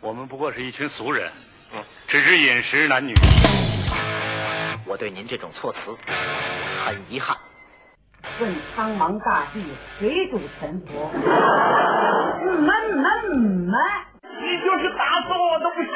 我们不过是一群俗人，嗯只知饮食男女。我对您这种措辞很遗憾。问苍茫大地，谁主沉 浮？嗯闷闷闷！你就是打死我都不信。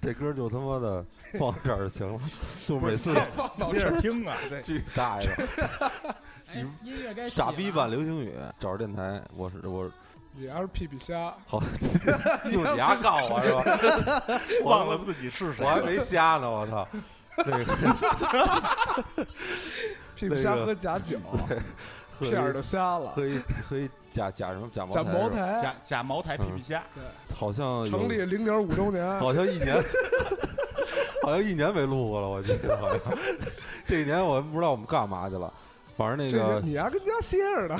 这歌就他妈 的放这儿 行了，就不每是次放放到这儿听啊，对，巨 大爷，哎音乐该起傻逼了版流行语，找着电台，我是我你要是屁屁虾，好， 用你牙告我是吧？ 我忘了自己是谁我还没瞎呢，我 操！那个屁屁虾那个和假酒， 喝片儿一都瞎了。喝一喝一假假什么假茅假茅是吧台假假茅台皮皮虾，好像有成立零点五周年，好像一年，好像一年没录过了，我记得好像这一年我也不知道我们干嘛去了，反正那这个个你还跟家歇着 呢，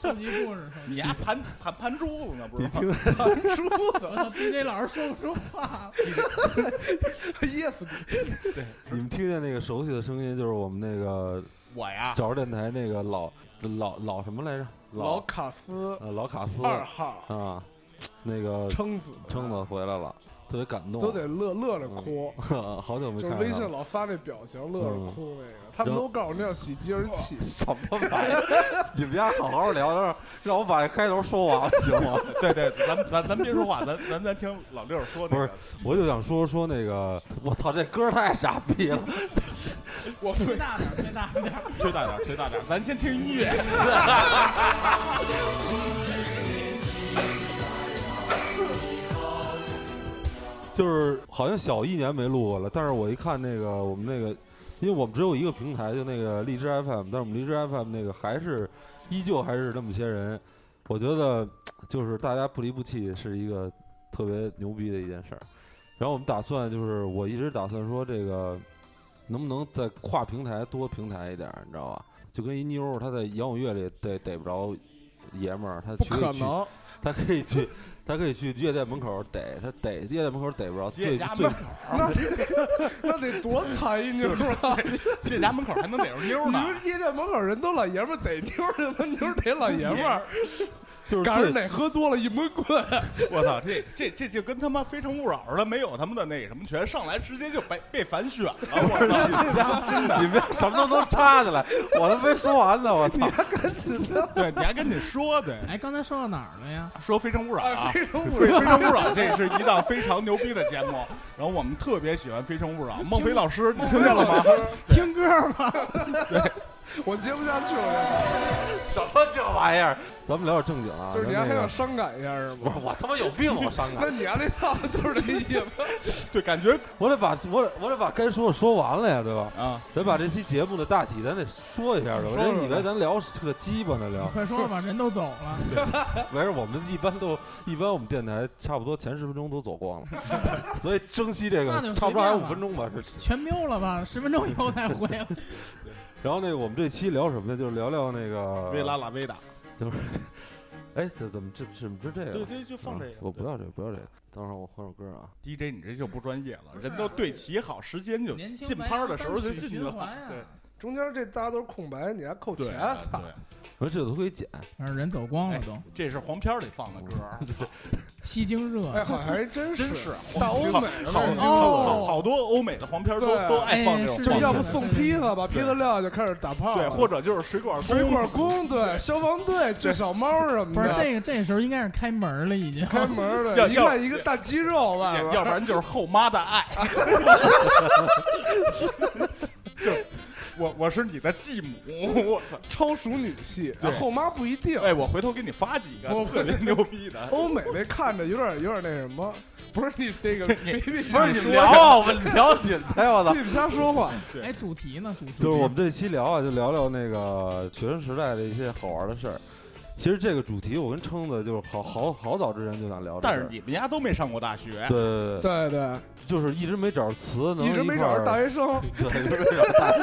收集故事，你丫盘盘盘珠子呢，不是你？听出我 操，DJ 老师说不出话了。 噎死你！你们听见那个熟悉的声音，就是我们那个 我呀，找着电台那个老老老什么来着？老老卡斯呃老卡斯二号啊，那个撑子，撑子回来了，特别感动，都得乐乐着哭， 好久没就是嗯看嗯到微 信老发那表情，乐着哭那个，他们都告诉我那叫喜极而泣。什么玩意儿？ 你们家好好聊聊，让我把这开头说完行吗？ 对对，咱们咱咱别说话，咱咱咱听老六说那不是个，我就想说说那个， 我操，这歌太傻逼了，我吹大点儿，吹大点儿。吹大点儿，吹大点儿，咱先听音乐。就是好像小一年没录过了，但是我一看那个我们那个，因为我们只有一个平台，就那个荔枝 FM，但是我们荔枝 FM 那个还是依旧还是那么些人，我觉得就是大家不离不弃是一个特别牛逼的一件事儿。然后我们打算就是我一直打算说这个能不能再跨平台多平台一点儿，你知道吧？就跟一妞儿她在摇滚乐里逮逮不着爷们儿，她不绝对可去能，他可以去，他可以去夜店门口逮，他逮夜店门口逮不着，姐最家最门口，那得多惨！你 知道吗？姐家门口还能逮着妞你呢。们夜店门口人都老爷们儿逮妞儿，他妈妞儿逮老爷们 儿，就是赶上最哪喝多了一闷棍。我操，这这这就跟他妈《非诚勿扰》似的，没有他们的那什么权，上来直接就被被反选了。我 操，真的，你们什么都能插起来，我都没说完呢，我操！对，你还赶紧说对， 哎，刚才说到哪儿 了呀？说《非诚勿扰》啊。非诚勿对，《非扰，诚勿扰》这是一档非常牛逼的节目，然后我们特别喜欢《非诚勿扰》。孟非老师，你听见了吗？听歌吧。我接不下去了，什么这玩意儿？咱们聊点正经啊，就是你那还个想伤感一下是不吗是？我他妈有病，啊我伤那感，你家那套就是这意思， 对，感觉我得把我得我得把该说的说完了呀，对吧？啊，得把这期节目的大体咱得说一下吧，我说说人以为咱聊是个鸡巴呢聊，快说吧，人都走 了。没事，我们一般都一般我们电台差不多前十分钟都走光了，所以珍惜这个那就随差不多还有五便吧分钟吧，是全瞄了吧，十分钟以后才回来。然后那个我们这期聊什么呢？就是聊聊那个维拉，拉维达，就是， 哎，这怎么这怎么是这个？对对，就放这啊个。我不要这个，不要这个。等会儿我换首歌啊。 DJ，你这就不专业了，是啊人都对齐好时间就年轻进白拍羊的时候单就曲进去循了环，对啊。 中间这大家都是空白，你还扣对钱，啊操！对，我说这都可以剪， 反正人走光了哎都，，这是黄片儿里放的歌儿，西京热哎，。好像还真是真是啊大欧美好的哦好好多欧美的黄片儿都对都爱放这种黄哎是就片是儿，要不送披萨吧，披萨料就开始打炮了，对，或者就是水管水工管工，对，消防队、锯小猫什么的，不是这个，这时候应该是开门了，已经。开门要的，一要看一个大肌肉外要边，要不然就是后妈的爱。就我我是你的继母，我操！超熟女系，啊对后妈不一定。哎，我回头给你发几个我特别牛逼的。欧美那看着有点有点那什么，不是你这个别别不是说你聊啊，我们聊你，哎我操！别瞎说话，对哎，主题呢？主 就是题我们这期聊啊，就聊聊那个学生时代的一些好玩的事儿。其实这个主题我跟撑子就是好好好早之前就想聊这事但儿，是你们家都没上过大学，对对对，对对，就是一直没找着词，能一直没找着大学，学生， 对，一直没找着大学，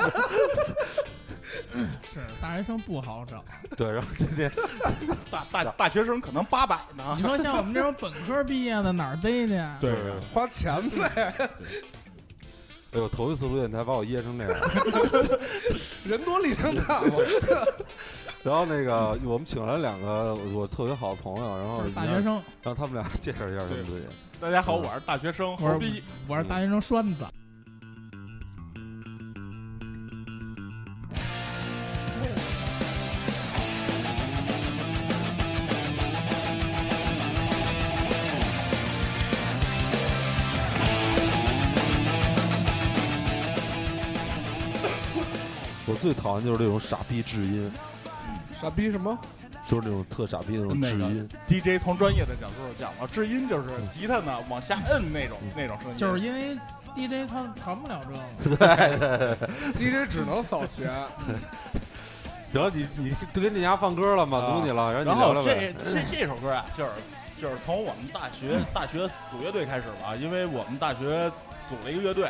是大学生不 好找。 对，然后今天大大大学生可能八百呢你。说像我们这种本科毕业的哪儿逮去啊？对花钱呗，哎呦，头一次录电台把我噎成那样。人多力量大嘛。然后那个我们请来两个我特别好的朋友，然后就是大学生，让他们俩介绍一下他们自己。大家好，我是大学生我猴是逼，我是大学生栓子，嗯我最讨厌就是这种傻逼质音，傻逼什么？就是那种特傻逼的那种那质个音。 DJ 从专业的角度讲了，制音就是吉他呢往下摁那种那种声音，就是因为 DJ 他谈不了这个， DJ 只能扫弦， 行了，你你就跟你家放歌了，满足你了，啊然后你聊后聊这呗。嗯这这首歌啊，就是就是从我们大学大学组乐队开始吧，因为我们大学组了一个乐队，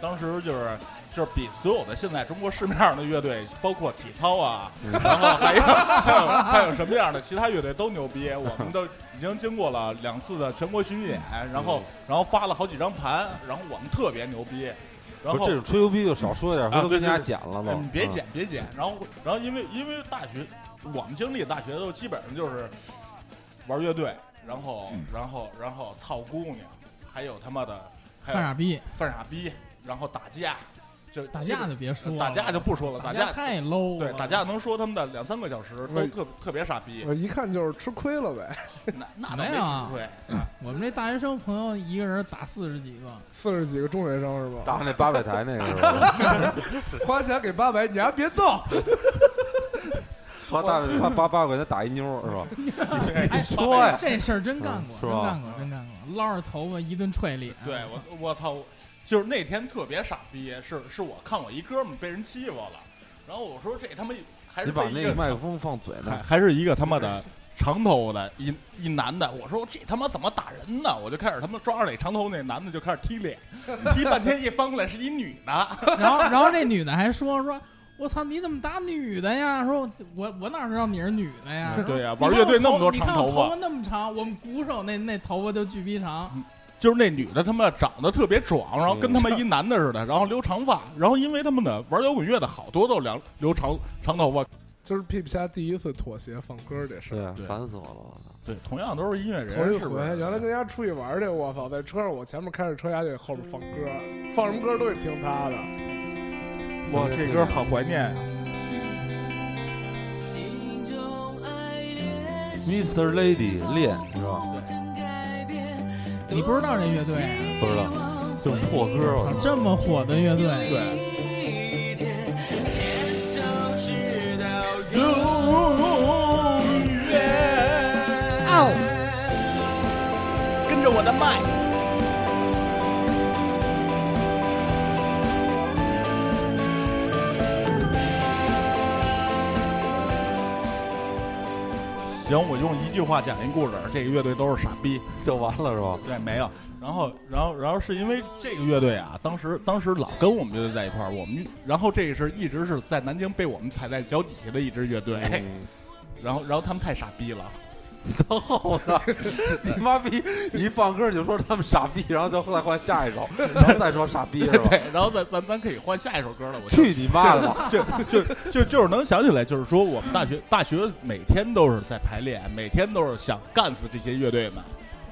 当时就是就是比所有的现在中国市面上的乐队，包括体操啊，嗯然后还有还有还有什么样的其他乐队都牛逼。我们都已经经过了两次的全国巡演，然嗯后然后发了好几张盘，然后我们特别牛逼。然不后啊是这种吹牛逼就少说点，回头跟大家剪了哎吧你。别嗯剪，别剪。然后，然后因为因为大学，我们经历大学都基本上就是玩乐队，然后嗯然后然后操姑娘，还有他妈的还犯有傻逼，犯傻逼，然后打架，就呃打架就别说了，打架就不说了，打打架架太 low 了，对打架能说他们的两三个小时，都喂特特别傻逼，我一看就是吃亏了呗。那那倒没没有啊吃亏。啊我们这大学生朋友一个人打四十几个，四十几个中学生是吧？打那八百台那个是 吧？花钱给八百，你还别动。花大花八八百块钱打一妞儿是吧？ 哎说呀，这事儿真干过，嗯是真吧干过，真干过，捞着头发一顿踹脸。对我我操，就是那天特别傻逼，是是我看我一哥们被人欺负了，然后我说这他妈还你是把被一那个人麦克风放嘴还那。还是一个他妈的长头的一一男的，我说这他妈怎么打人呢？我就开始他妈抓着那长头那男的就开始踢脸，踢半天一翻过来是一女的， 然后，然后这女的还说说。我操！你怎么打女的呀？说我我哪知道你是女的呀？说嗯对呀你看玩乐队我头那么多长你看我头头发发那么长，我们鼓手那那头发就巨逼长，就是那女的他妈长得特别壮，然后跟他妈一男的似的，然后留长发，然后因为他们呢玩摇滚乐的好多都留留长长头发，就是屁屁虾第一次妥协放歌这事儿，对啊对，烦死我了！我操，对，同样都是音乐人，头一回是不是？原来跟家出去玩去，我操，在车上我前面开着车，丫就后边放歌，放什么歌都得听他的。哇，这歌好怀念啊！心中爱恋 Mr. Lady 恋是吧？嗯你不知道这乐队啊？不知道，这种破歌我操操，这么火的乐队，对，牵手直到永远。跟着我的麦。行，我用一句话讲一故事，这个乐队都是傻逼。就完了是吧？对，没有。然后，然后，然后是因为这个乐队啊，当时当时老跟我们乐队在一块儿，我们然后这是一直是在南京被我们踩在脚底下的一支乐队，嗯然后然后他们太傻逼了，然后呢？ 你妈逼一放歌你就说他们傻逼，然后再后来换下一 首，然后再说傻逼是吧？ 对，然后咱咱咱可以换下一首歌了，我觉得去你妈的吧！就就就就是能想起来，就是说我们大学大学每天都是在排练，每天都是想干死这些乐队们，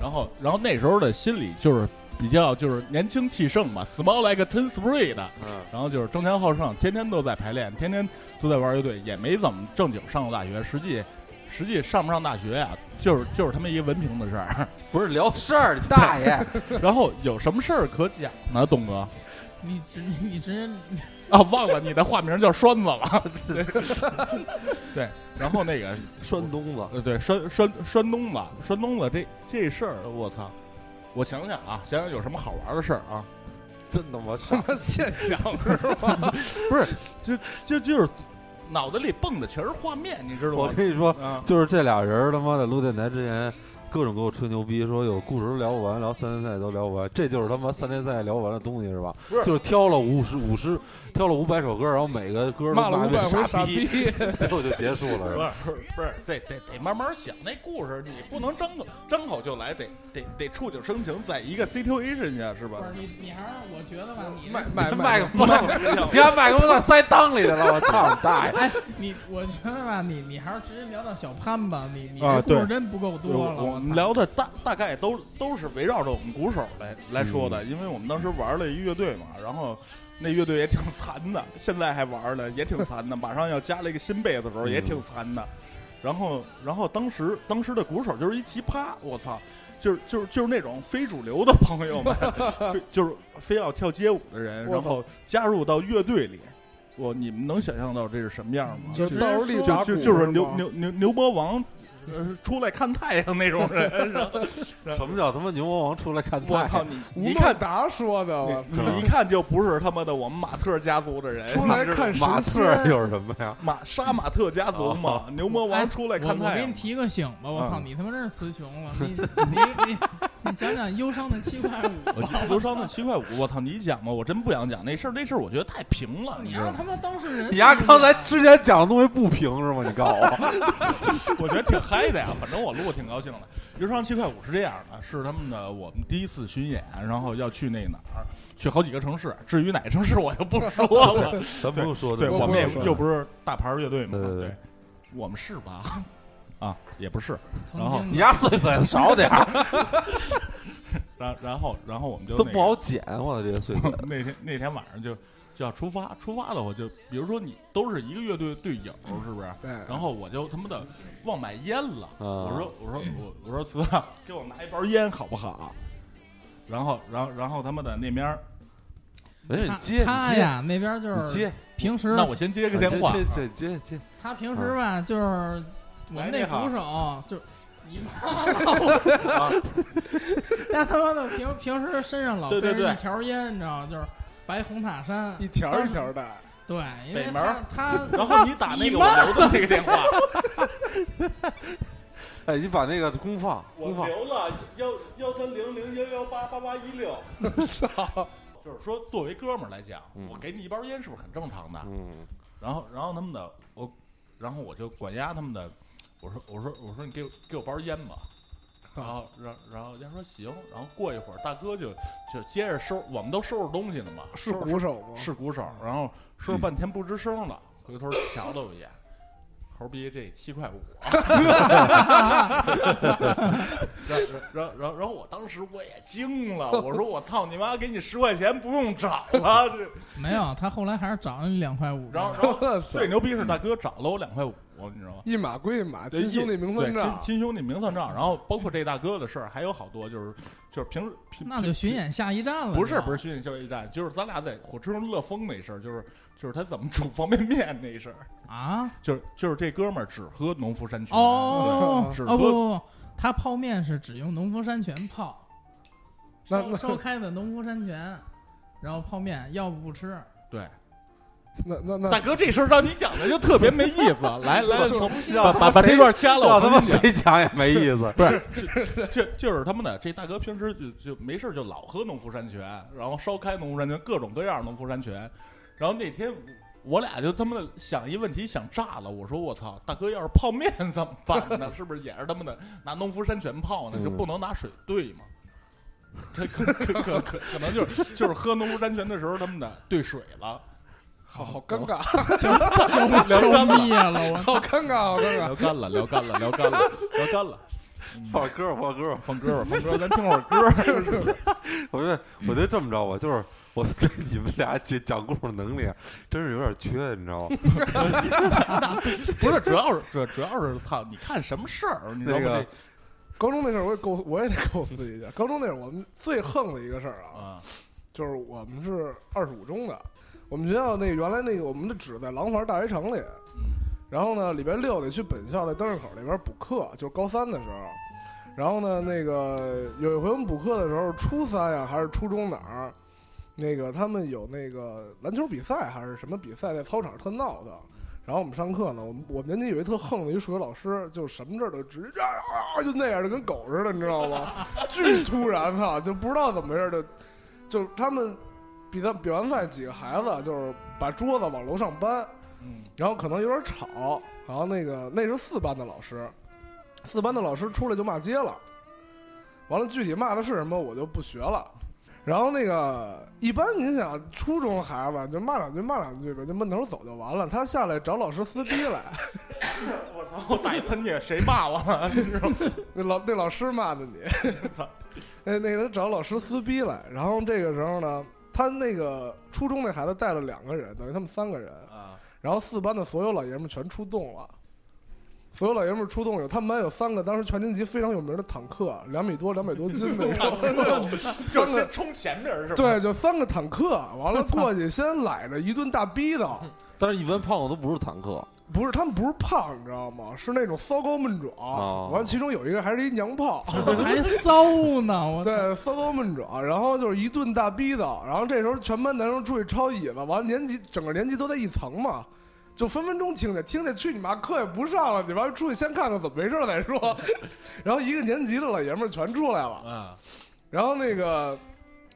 然后然后那时候的心里就是比较就是年轻气盛嘛，small like a ten spring 的，嗯，然后就是争强好胜，天天都在排练，天天都在玩乐队，也没怎么正经上过大学，实际实际上不上大学呀、就是就是他们一文凭的事儿，不是聊事儿，你大爷！然后有什么事儿可讲呢，东哥？你直你直接啊，忘了你的化名叫栓子了，对，然后那个栓东子，呃，对，栓栓栓东子，栓东子这这事儿，我操！我想想啊，想想有什么好玩的事儿啊？ 真他妈傻他！妈现想，就就就是脑袋里蹦的全是画面，你知道我吗？跟你说，啊，就是这俩人儿他妈的录电台之前，各种给我吹牛逼，说有故事都聊不完，聊三联赛都聊不完，这就是他妈三联赛聊不完的东西是吧？不是就是挑了五十五十，挑了五百首歌，然后每个歌都骂了一五百遍回傻傻逼，， 最后就结束了。是不 吧是不是，得得得慢慢想那故事，你不能张口张口就来，得得得触景生情，在一个 situation 下是吧不？是你，你还是我觉得吧，你卖 卖麦卖克风，你看麦克风塞裆里去了，我操你大爷！ 哎，你我觉得吧，你你还是直接聊到小潘吧，你你啊这故对事真不够多了。我我们操聊的大大概都都是围绕着我们鼓手来来说的，因为我们当时玩了一乐队嘛，然后那乐队也挺残的，现在还玩呢，也挺残的，马上要加了一个新贝斯手，也挺残的。然后，然后当时当时的鼓手就是一奇葩，我操，就是就是就是那种非主流的朋友们，非就是非要跳街舞的人，我然操后加入到乐队里，我你们能想象到这是什么样吗？就直是接倒立说打鼓就就是吗牛牛牛牛魔王，呃，出来看太阳那种人。然后什么叫他妈牛魔王出来看我菜？操你！吴你一孟看达说的，我你你一看就不是他妈的我们马特家族的人。出来你知道看吗马刺神仙又是什么呀？马杀马特家族嘛，牛魔哎王出来看我我太给你阳。 提个醒吧，我操，嗯你他妈真是词穷了。你你 你你讲讲忧伤的七块五吧。刘商的七块五，我操！你讲吧，我真不想讲那事儿，那事儿我觉得太平了，你知道让吗？他妈当事人。 你丫刚才之前讲的东西不平是吗？你告诉我，我觉得挺嗨的呀，反正我录挺高兴的。刘商七块五是这样的，是他们的我们第一次巡演，然后要去那哪儿，去好几个城市。至于哪个城市，我就不说了。咱不用说对，那么我们多也了又不是大牌乐队嘛，对对对我们是吧？啊，也不是。曾然后经哦你丫碎嘴少点儿，然然后然后我们就都那不好剪，我操这些碎嘴个。。那天那天晚上就就要出发，出发了我就，比如说你都是一个乐队的队友，是不是？对，然后我就他妈的忘买烟了，啊我说我嗯说我我说词啊，给我拿一包烟好不好？然后然后然后他妈的那边儿，没事，他哎你接他你呀，那边就接，你是接，平时那我先接个电话，这这这啊接。他平时嗯吧就是哎我们那鼓手就。你妈 老！那他妈的平平时身上老对背对着对一条烟，你知道吗就是白红塔山，一条一条的，对，因为北门他儿他 然后你打那你个妈我留的那个电话，哎，你把那个公放，我公放。留了幺幺三零零幺幺八八八一六。操，就是说，作为哥们儿来讲，嗯我给你一包烟是不是很正常的？嗯，然后，然后他们的我，然后我就管家他们的，我说我说我说你给我给我包烟吧。然 后，然然后人家说行，然后过一会儿大哥就就接着收，我们都收拾东西呢嘛，是收拾鼓手吗？是鼓手，嗯然后收拾半天不吱声了，回头瞧了我一眼，猴逼这七块五， 然然然然后我当时我也惊了，我说我操你妈，给你十块钱不用找了，这没有，他后来还是涨了你两块五。然后然 后操最牛逼是大哥找了我两块五，你知道吗？一码归一码，对亲兄弟明对算账亲。亲兄弟明算账，然后包括这大哥的事儿，还有好多就是就是平时平那就巡演下一站了。不是不是是，巡演交易站，就是咱俩在火车上乐疯那事儿，就是就是他怎么煮方便面那事儿，啊？就是就是这哥们儿只喝农夫山泉，哦对只哦不不喝不，他泡面是只用农夫山泉泡，那烧那烧开的农夫山泉，然后泡面，要不 不吃。对。那那那大哥，这事儿让你讲的就特别没意思，来来，从把要把把这段掐了，要我他跟妈你讲谁讲也没意思。不是， 就就就是他们的这大哥平时就就没事就老喝农夫山泉，然后烧开农夫山泉，各种各样的农夫山泉。然后那天我俩就他妈的想一问题想炸了，我说我操，大哥要是泡面怎么办呢？是不是也是他们的拿农夫山泉泡呢？就不能拿水兑吗？这可可可可可能就是就是喝农夫山泉的时候他们的兑水了，好好尴尬，就 就就灭了我。好尴尬，好尴尬。聊干了，聊干了，聊干了，聊干了。放歌儿，放歌儿。放歌吧，放歌，咱听会儿歌。我觉得，我觉得这么着吧，就是我对你们俩讲讲故事能力，啊真是有点缺，你知道吗？不是，主要是主主要是操，你看什么事儿？你知道那吗个？高中那阵儿我也构，我也得构思一下。高中那阵儿我们最横的一个事儿啊，啊，就是我们是二十五中的，我们学校那原来那个我们的址在廊坊大学城里，然后呢礼拜六得去本校的灯市口那边补课，就是高三的时候。然后呢，那个有一回我们补课的时候，初三呀、还是初中哪儿，那个他们有那个篮球比赛还是什么比赛，在操场上特闹腾。然后我们上课呢，我们我们年级有一特横的一数学老师，就什么事儿都直接啊啊就那样，就跟狗似的，你知道吗？ 巨突然哈、就不知道怎么回事，就就他们比咱比完赛几个孩子，就是把桌子往楼上搬，嗯然后可能有点吵，然后那个那是四班的老师，四班的老师出来就骂街了，完了具体骂的是什么我就不学了。然后那个一般你想初中孩子就骂两句骂两句呗，就闷头走就完了。他下来找老师撕逼来，我操！我打一喷嚏，谁骂我了？ 你知道吗？那老那老师骂的你， 操！那那个他找老师撕逼来。然后这个时候呢，他那个初中那孩子带了两个人，等于他们三个人。啊，然后四班的所有老爷们全出动了，所有老爷们出动有他们班有三个当时全年级非常有名的坦克，两米多两百多斤的， 就是先冲前面是吧？对，就三个坦克，完了过去先来了一顿大逼斗。 但是一般胖子都不是坦克，不是，他们不是胖，你知道吗？是那种骚高闷壮。哦完，其中有一个还是一娘 炮，还骚呢，我对，骚高闷壮，然后就是一顿大逼斗。然后这时候全班男生出去抄椅子，完了年级整个年级都在一层嘛，就分分钟听见，听见去你妈，课也不上了，你妈出去先看看怎么回事儿再说。 然后一个年级的老爷们儿全出来了，啊然后那个。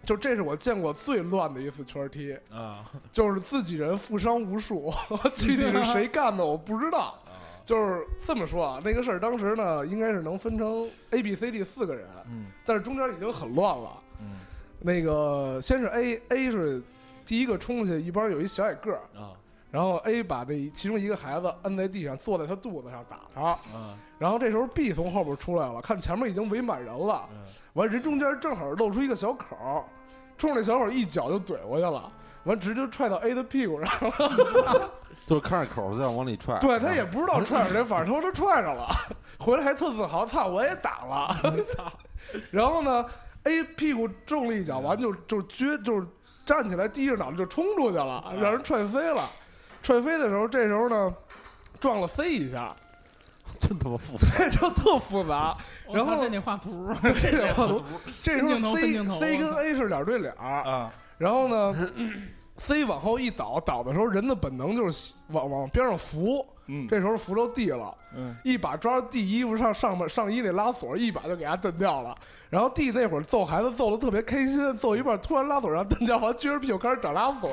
就这是我见过最乱的一次圈踢，啊就是自己人负伤无 数，具体是谁干的我不知道。啊！就是这么说啊，那个事儿当时呢，应该是能分成 A、B、C、D 四个人，嗯但是中间已经很乱了。嗯那个先是 A，A 是第一个冲下去，一边有一小矮个儿，啊然后 A 把那其中一个孩子摁在地上，坐在他肚子上打他，啊然后这时候 B 从后边出来了，看前面已经围满人了，嗯完人中间正好露出一个小口儿，冲着那小口儿一脚就怼过去了，完直接踹到 A 的屁股上， 就是看着口儿就想往里踹。对他也不知道踹着谁，反正他都踹着了， 回来还特自豪，操，我也打了， 操。然后呢，A 屁股中了一脚，完就就撅，就是站起来低着脑袋就冲出去哎了，让人踹飞了。踹飞的时候，这时候呢，撞了 C 一下， 真他妈复 杂。这就特复杂。我然操，后这得画 图，这两个图，这时候分镜头分 C 镜头啊 C 跟 A 是脸对脸儿，啊然后呢，C 往后一倒，倒的时候人的本能就是往往边上扶，嗯这时候扶着地了，嗯一把抓着地衣服上上面上衣那拉锁，一把就给他蹬掉了。然后地那会儿揍孩子揍的特别开心，揍一半突然拉锁让蹬掉，完撅着屁股开始找拉 锁。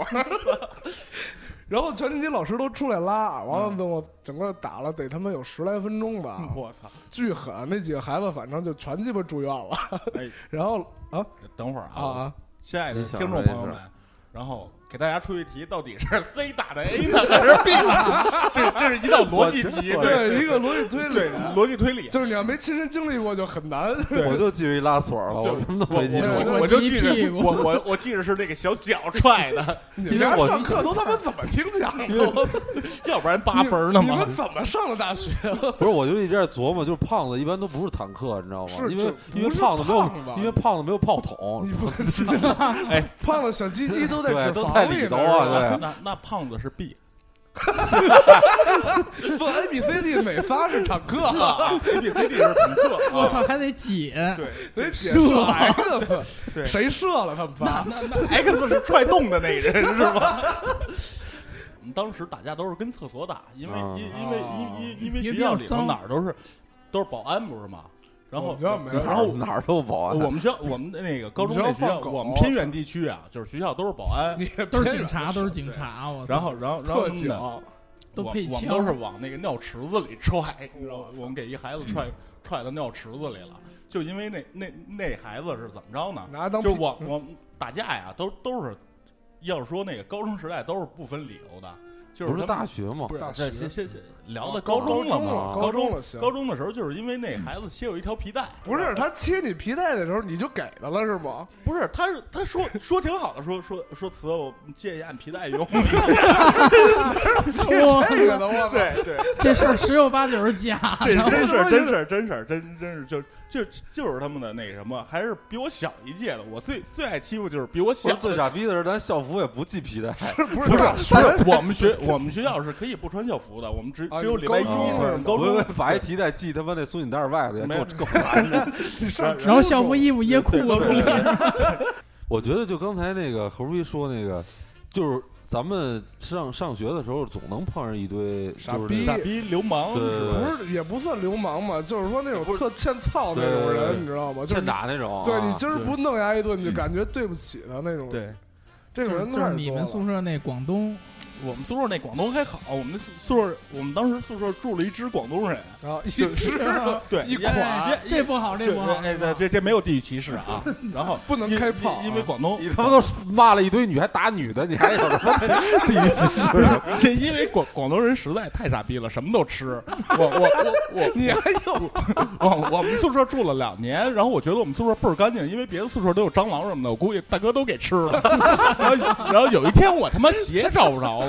然后全年级老师都出来拉，完嗯了等我整个打了得他妈有十来分钟吧，我操！巨狠！那几个孩子反正就全鸡巴住院了。哎， 然后啊等会儿啊啊，亲爱的你想听众这朋友事们，然后给大家出一题，到底是 C 打的 A 呢， 还是 B 打的？ 这这是一道逻辑题，我对对，一个逻辑推对理，逻辑推理。就是你要没亲身经历过就很难。我就记着一拉锁了，我什么都我没记对住。我我就一记屁着，股我我我记着是那个小脚踹 的，你因们为俩我上课都他妈怎么听讲的？我操要不然 八分儿呢你吗们？怎么上的大学？不是，我就一直在琢磨，就是胖子一般都不是坦克，你知道吗？是因为这因为不是胖子没有胖子，因为胖子没有炮筒 你，不想？哎，胖子小鸡鸡都在对脂都在肪里里头呢啊是吧对那那胖子是 B， 不，A B C D 哪仨是啊坦克？ A B C D 是坦克。我啊操，还得解，对，得解射射 X，对谁射了他们那仨？那那 X 是踹动的那人是吧？我们 当时打架都是跟厕所打，因为因因为因因因为学校里头哪儿都是都是保安不是吗？然后我们学校没有然后 哪儿都啊有保安。我们学校我们的那个高中那我学们学校校，放狗我们偏远地区啊，就是学校都是保安，你都是警察，都是警察，我操然后 然后然后特警，呢都我配我们枪都是往那个尿池子里哎踹，你知道吗？我们给一孩子嗯踹踹到尿池子里了，就因为那那那孩子是怎么着呢？拿嗯它当就屁我我们打架呀，都都是，要是说那个高中时代都是不分理由的，就是不是他们大学吗不？是大这学先先先聊到啊高中了中嘛，高中了行高。中的时候就是因为那孩子切有一条皮带，不是他切你皮带的时候你就给他了是吗？不是，他是他说说挺好的，说说说词我借一下你皮带用， 切 这个的我操！对对。这事儿十有八九是假 这的，真是真是真是真真是就就就是他们的那什么，还是比我小一届的。我最最爱欺负就是比 我不小是最傻逼的是，咱校服也不系皮带，不是不是大学不是我们学我们学校是可以不穿校服的，我们只啊只有礼拜一你高中是穿吗高 我以中为把一皮带系他妈那松紧带外头，也没够有够烦的。你上然后初校服中衣服掖裤对子对对里，我觉得就刚才那个何书记说那个，就是咱们上上学的时候总能碰上一堆傻就是逼那傻逼流氓对是吧对不是也不算流氓嘛，就是说那种特欠操那对种对对对人，你知道吗？就是欠打那种啊，嗯对你今儿不弄他一顿，你就感觉对不起他那种。，对这种人就太多了。是你们宿舍那广东我们宿舍那广东还好，我们那宿宿舍我们当时宿舍住了一只广东人，啊，一直对，一也垮哎也哎这不好，这这不好，这不好这这这没有地域歧视啊。然后不能因开炮啊因因为广东 你他妈都骂了一堆女，还打女的，你还有 什么地域歧视啊？ 因为广广东人实在太傻逼了，什么都吃。我我我我，你还有我我们宿舍住了两年，然后我觉得我们宿舍倍儿干净，因为别的宿舍都有蟑螂什么的，我估计大哥都给吃了。 然后然后有一天我他妈鞋找不着了，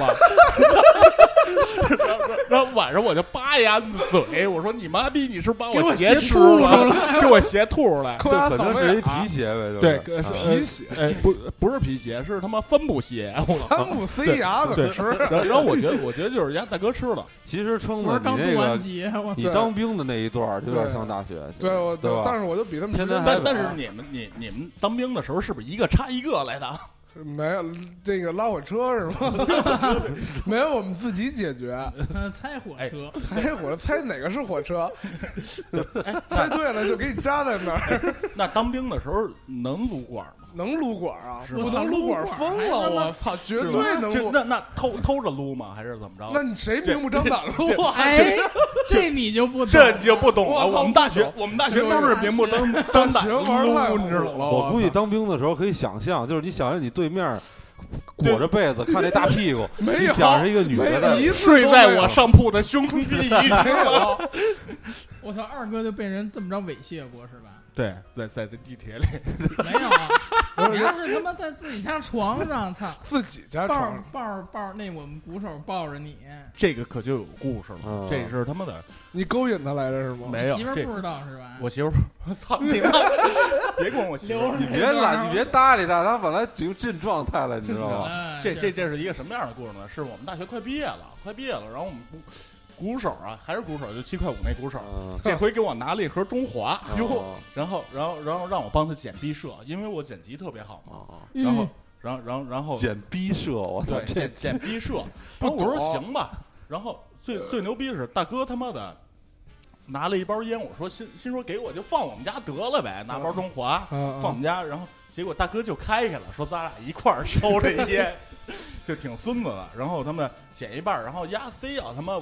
然后然后晚上我就扒牙嘴，我说你妈逼你是把给我我鞋鞋吃吐了，给我鞋吐出来。抠牙这嗓肯定子是眼一皮鞋呗，对，就是是啊皮鞋，哎，不，不是皮鞋，是他妈帆布鞋。我操！汤姆塞牙怎么吃？ 啊然后，然后我觉得，我觉得就是人家大哥吃的，其实撑昨子儿刚你读那完个节，我你对当兵的那一段儿有点像大学，对，我对吧但是我就比他们天天时间还但但是你们你你们当兵的时候是不是一个插一个来的？ 没有这个拉火车是吗？ 没有，我们自己解决。嗯猜火哎车，猜火车，猜哪个是火车？ 猜对了就给你夹在那儿。那当兵的时候能撸管吗？能撸管啊？吗不能撸管疯了！我操，绝是吧对能这撸。那那偷偷着撸吗？还是怎么着？那你谁明目张胆撸啊？哎，这你就不懂这你就不懂我了。靠我们大学不我们大学都是明目张张胆学地玩赖撸，你知道吗？了。我估计操当兵的时候可以想象，就是你想象你对面儿裹着被子看那大屁股，没你有讲是一个女的在没一次睡都在没有我上铺的兄 弟，没有。我操，二哥就被人这么着猥亵过是吧？对，在在在地铁里，没有 啊，人家是他妈在自己家床上，操， 自己家抱床着抱着抱着那我们鼓手抱着你，这个可就有故事了嗯。这是他妈的你勾引他来着是吗？没有媳妇儿这不知道是吧？我媳妇儿，我操你妈！别管我媳妇留儿着，你别搭，你别搭理他，他本来已经进状态了，你知道 吗？哎这这这是一个什么样的故事呢？是我们大学快毕业了，快毕业了，然后我们鼓鼓手啊，还是鼓手，就七块五那鼓手，嗯，这回给我拿了一盒中华，哟，然后然后然后让我帮他剪毕设，因为我剪辑特别好嘛，嗯然后然后然后然后剪逼社， 我操对，这 剪剪毕设，然后我说行吧，然后最呃最牛逼的是大哥他妈的。拿了一包烟，我说心心说给我就放我们家得了呗，拿包中华，嗯放我们家，然后结果大哥就开开了，说咱俩一块儿抽这烟， 就挺孙子的。然后他们剪一半儿，然后丫非要他妈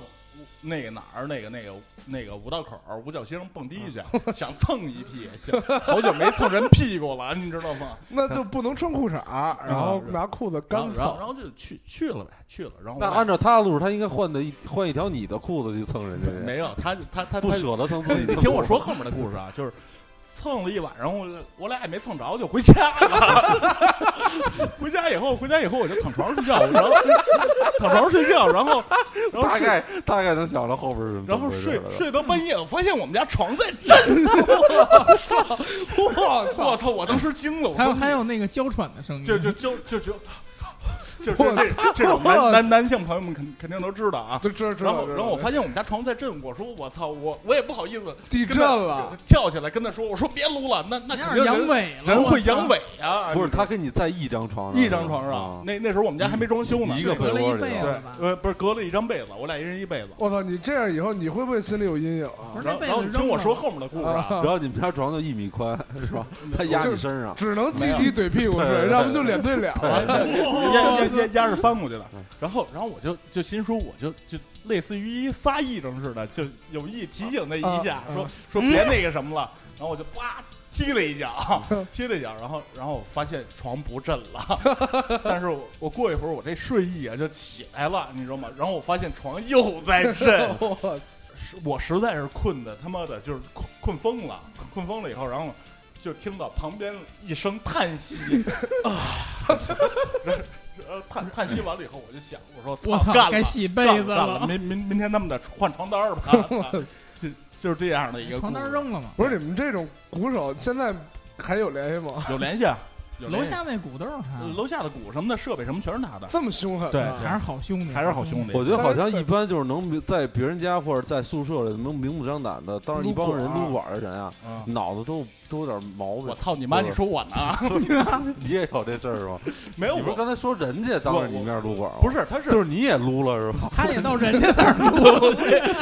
那个哪儿那个那个那个五道口儿五角星蹦迪嗯去，想蹭一屁，想好久没蹭人屁股了，你知道吗？那就不能穿裤衩，然后拿裤子然 干后然后然草。后就去去了呗，去了。然后我那俩按照他的路，他应该换的一换一条你的裤子去蹭人家去， 没有他他他不他舍得蹭自己的裤 你子。听我说后面的故事啊，就是蹭了一晚上，我我俩也没蹭着，就回家了。 回家以后，回家以后我就躺床上睡觉，然后躺床上睡觉，然后然后大睡，概大概能想到后边是什么，然后睡了吧睡到半夜，我发现我们家床在震， 我操！我操！我当时惊了，我还有说还有那个娇喘的声音，就就就就就。就这这这种男男男性朋友们肯肯定都知道啊，这这这，然后然后我发现我们家床在震，我说我操，我我也不好意思地跟震他了，，跳起来跟他说，我说别撸了，那那那肯定要是人阳痿了，人会我操阳痿啊，不是他跟你在一张床上，一张床啊上，那那时候我们家还没装修呢，一个隔被了窝一里辈头子对吧，？呃不是隔了一张被子，我俩一人一被子。我操！你这样以后你会不会心里有阴影啊不？然是那后被然后子你听扔我了说后面的故事啊， 啊然后你们家床就一米宽是吧？他压你身上，只能鸡鸡怼屁股睡，要不就脸对脸 了。压压压压是翻过去的，然后然后我就就心说我就就类似于一撒癔症似的，就有意提醒他一下啊，啊说说别那个什么了，然后我就叭。踢了一脚，踢了一脚，然后，然后我发现床不震了，但是我我过一会儿我这睡意啊就起来了，你知道吗？然后我发现床又 在震，我操！是我实在是困的他妈的，就是困困疯了，困疯了以后，然后就听到旁边一声叹 息啊，然后叹叹息完了以后，我就想，我说我操，操干了，该洗被干子干了了，明明明天他们得换床单儿 吧，操就就是这样的一个床单故事扔了嘛，不是你们这种鼓手现在还有联系吗？有联系啊，有楼联系下那鼓都是他，楼下的鼓什么的设备什么全是 他的，这么凶狠啊，对还是好兄弟，还是好兄弟。我觉得好像一般就是能明在别人家或者在宿舍里能明目张胆的，当着一帮人撸撸管的人啊，嗯脑子都都有点毛病我。操你妈！你说我 呢？你也有这事儿吗？没有，你不是哎我刚才说人家当着你面撸管吗？不，是，他是就是你也撸了是吧？他也到人家那儿录，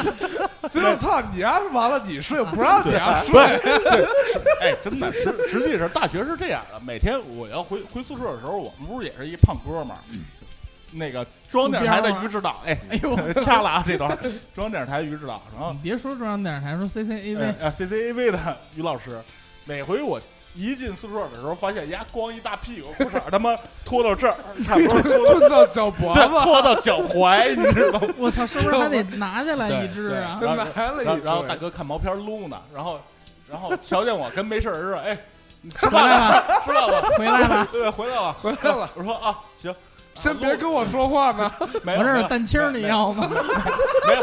最后操你丫是完了，你睡不 让你丫睡，对，啊对是哎，真的实实际是大学是这样的，每天我要回回宿舍的时候，我们屋也是一胖哥们儿，那个中央电视台的于指导，哎，哎呦， 掐了啊这段，中央电视台于指导，然后你别说中央电视台，说 CCAV，啊 CCAV 的于老师，每回我。一进宿舍的时候，发现丫光一大屁股裤衩儿他妈拖到这儿，差 不多拖到蹲到脚脖子，对拖到脚踝，你知道吗？我操，是不是还得拿下来一只啊？对对来了一然后然后只大哥看毛片儿撸呢，然后然后瞧见我跟没事儿似的，哎，你吃 回饭来了，了，吃饭了，回来 了，对，回来了，回来了，我说啊，行，先别跟我说话呢， 没有，我哎这没儿有有蛋清儿，你要吗？没有，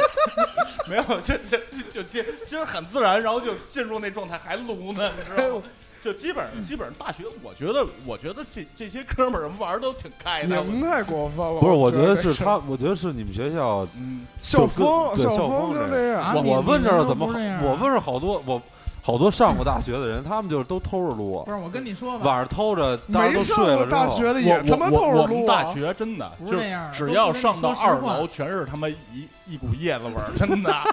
没有，就就就就进，其实很自然，然后就进入那状态，还撸呢，你知道吗？就基本上基本上大学，我觉得我觉得这这些哥们儿玩儿都挺开你的，们太过分了。不是，我觉得这是他，我觉得是你们学校。嗯，校就风，跟对校风风就这这样。啊我你我你问这们儿都怎么不好是这样，啊我问着好多我好多上过大学的人，他们就是都偷着撸不，是，我跟你说吧，晚上偷着，大家没都上睡了过之大后学的也我他妈我都我是我们撸大啊！学真的不是就那样儿只都要不跟你上到说实二话楼，全是他妈一一股叶子味儿，真 的。 啊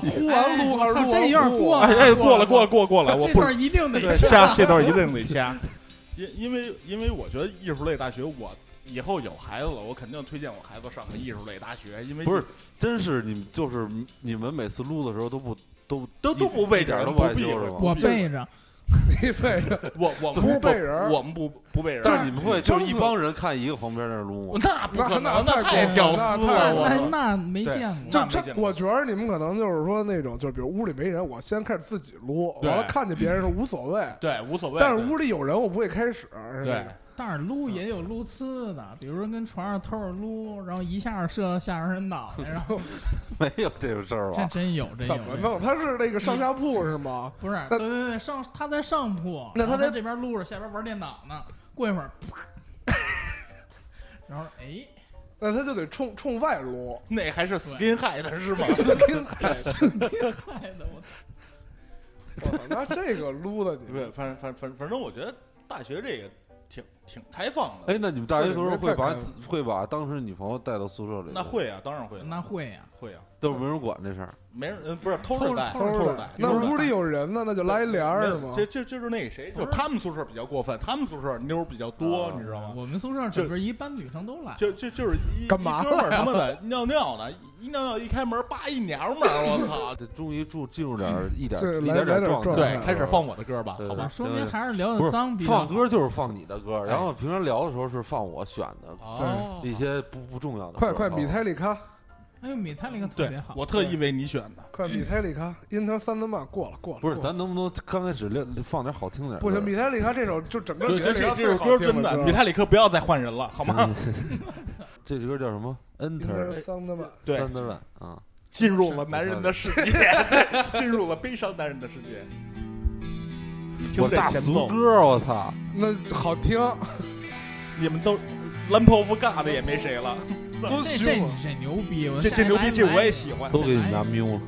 呼完撸还是撸哎我操这有点过哎哎，过了过了过了过了，我这不段一定得对掐，这段一定得掐。 因因为因为我觉得艺术类大学，我以后有孩子了，我肯定推荐我孩子上个艺术类大学，因为不是，真是你们就是你们每次撸的时候都不都都都不一被点儿人都不不害避羞讳是吗？我背着，你背着我我不不被人我们不不被人，但是你们会就是一争帮人看一个旁边在那儿撸吗？ 那不可那能，那太太屌过分丝了了，那我那没对见过，那就没这见，过我觉得你们可能就是说那种，就是比如屋里没人，我先开始自己撸，对完了看见别人是无所谓，对无所谓，但是屋里有人我不会开始，是对吧？但是撸嗯也有撸呲的，比如说跟床上偷着撸，然后一下射下人脑袋，然 后没有这种事儿这吧？真有，真有怎么弄？？他是那个上下铺是吗？不是，那对对对，上他在上铺，那他然后在他这边撸着，下边玩电脑呢。过一会儿，啪 然后 哎，那他就得冲冲外撸，那还是 skin high 的是 吗？害的我哇那这个撸的你对，反正反反反正我觉得大学这个挺挺开放的，哎，那你们大学时候会把这个太会把当时女朋友带到宿舍里？那会啊，当然会了，那会呀、会啊，都没人管这事儿。没人呃不是偷偷着着带偷偷着着带来，，那偷着屋带里有人呢，那就拉一帘儿是吗这？这就是那谁，就是不是他们宿舍比较过分，他们宿舍妞儿比较多，啊你知道吗？我们宿舍就整个一班女生都来，就就就是一干嘛一哥们儿他妈的尿尿呢，一尿尿一开门，叭一娘们儿，我操！这终于住进入点儿一点这儿一来点来点点状状态态了，开始我的歌吧对啊说明对还是聊不的是脏比较放好歌就是放你的歌，哎然后平常聊的时候是放我选的哦，一些不不重要的歌。啊快快，好吧米泰里卡，哎呦，米泰那个特别对好，我特意为你选的，快米泰里卡，因他三字骂过了过了。不是，过了咱能不能刚开始练放点好听点儿的？不行，米泰里卡这首就整个对，米泰这里这卡这首歌真的，米泰里克不要再换人了，好吗？这支歌叫什么因他？Enter 三字骂，对， Sunderland 啊。进入了男人的世界， 对，进入了悲伤男人的世界。听我这大前俗奏，歌，我操！那好听，你们都蓝泡芙尬的也没谁了，多这凶这啊！这牛逼，我这下这一牛逼，来这我来也喜欢。都给你们家瞄了。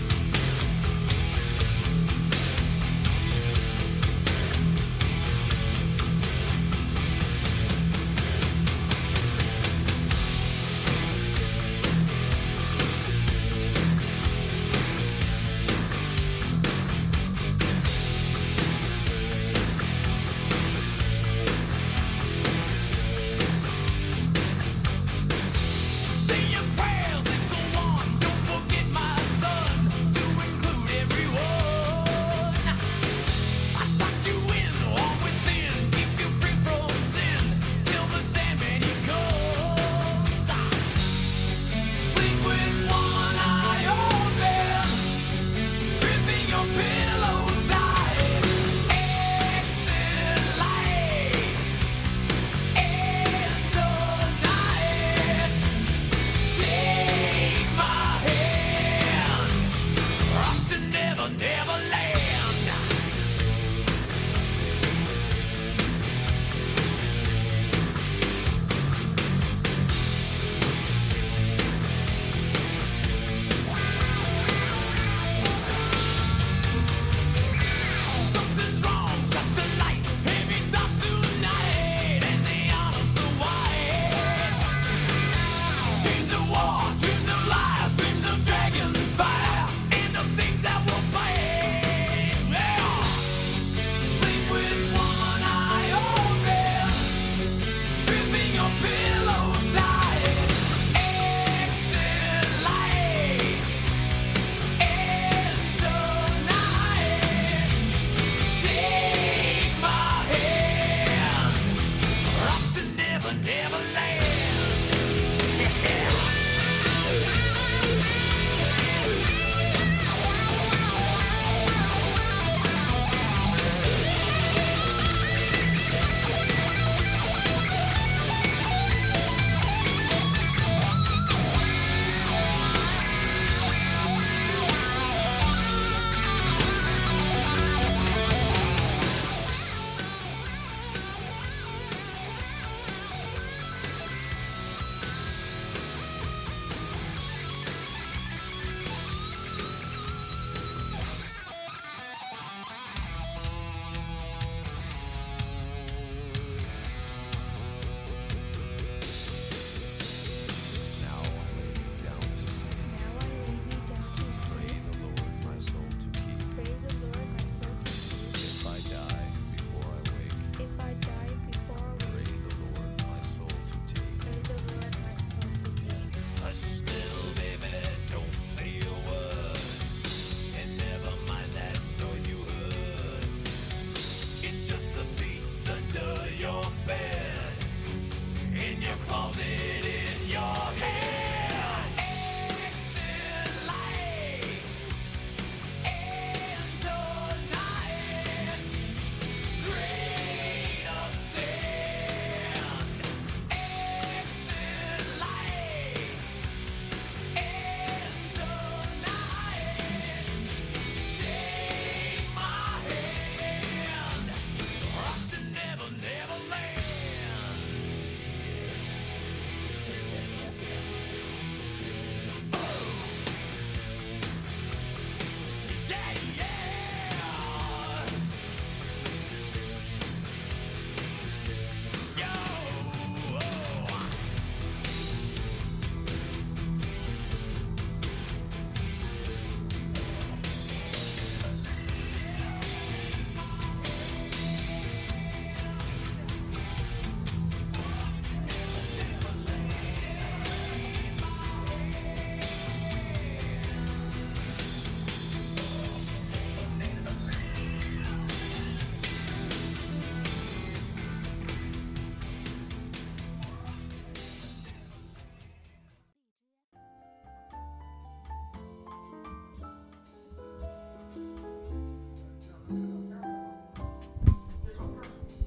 我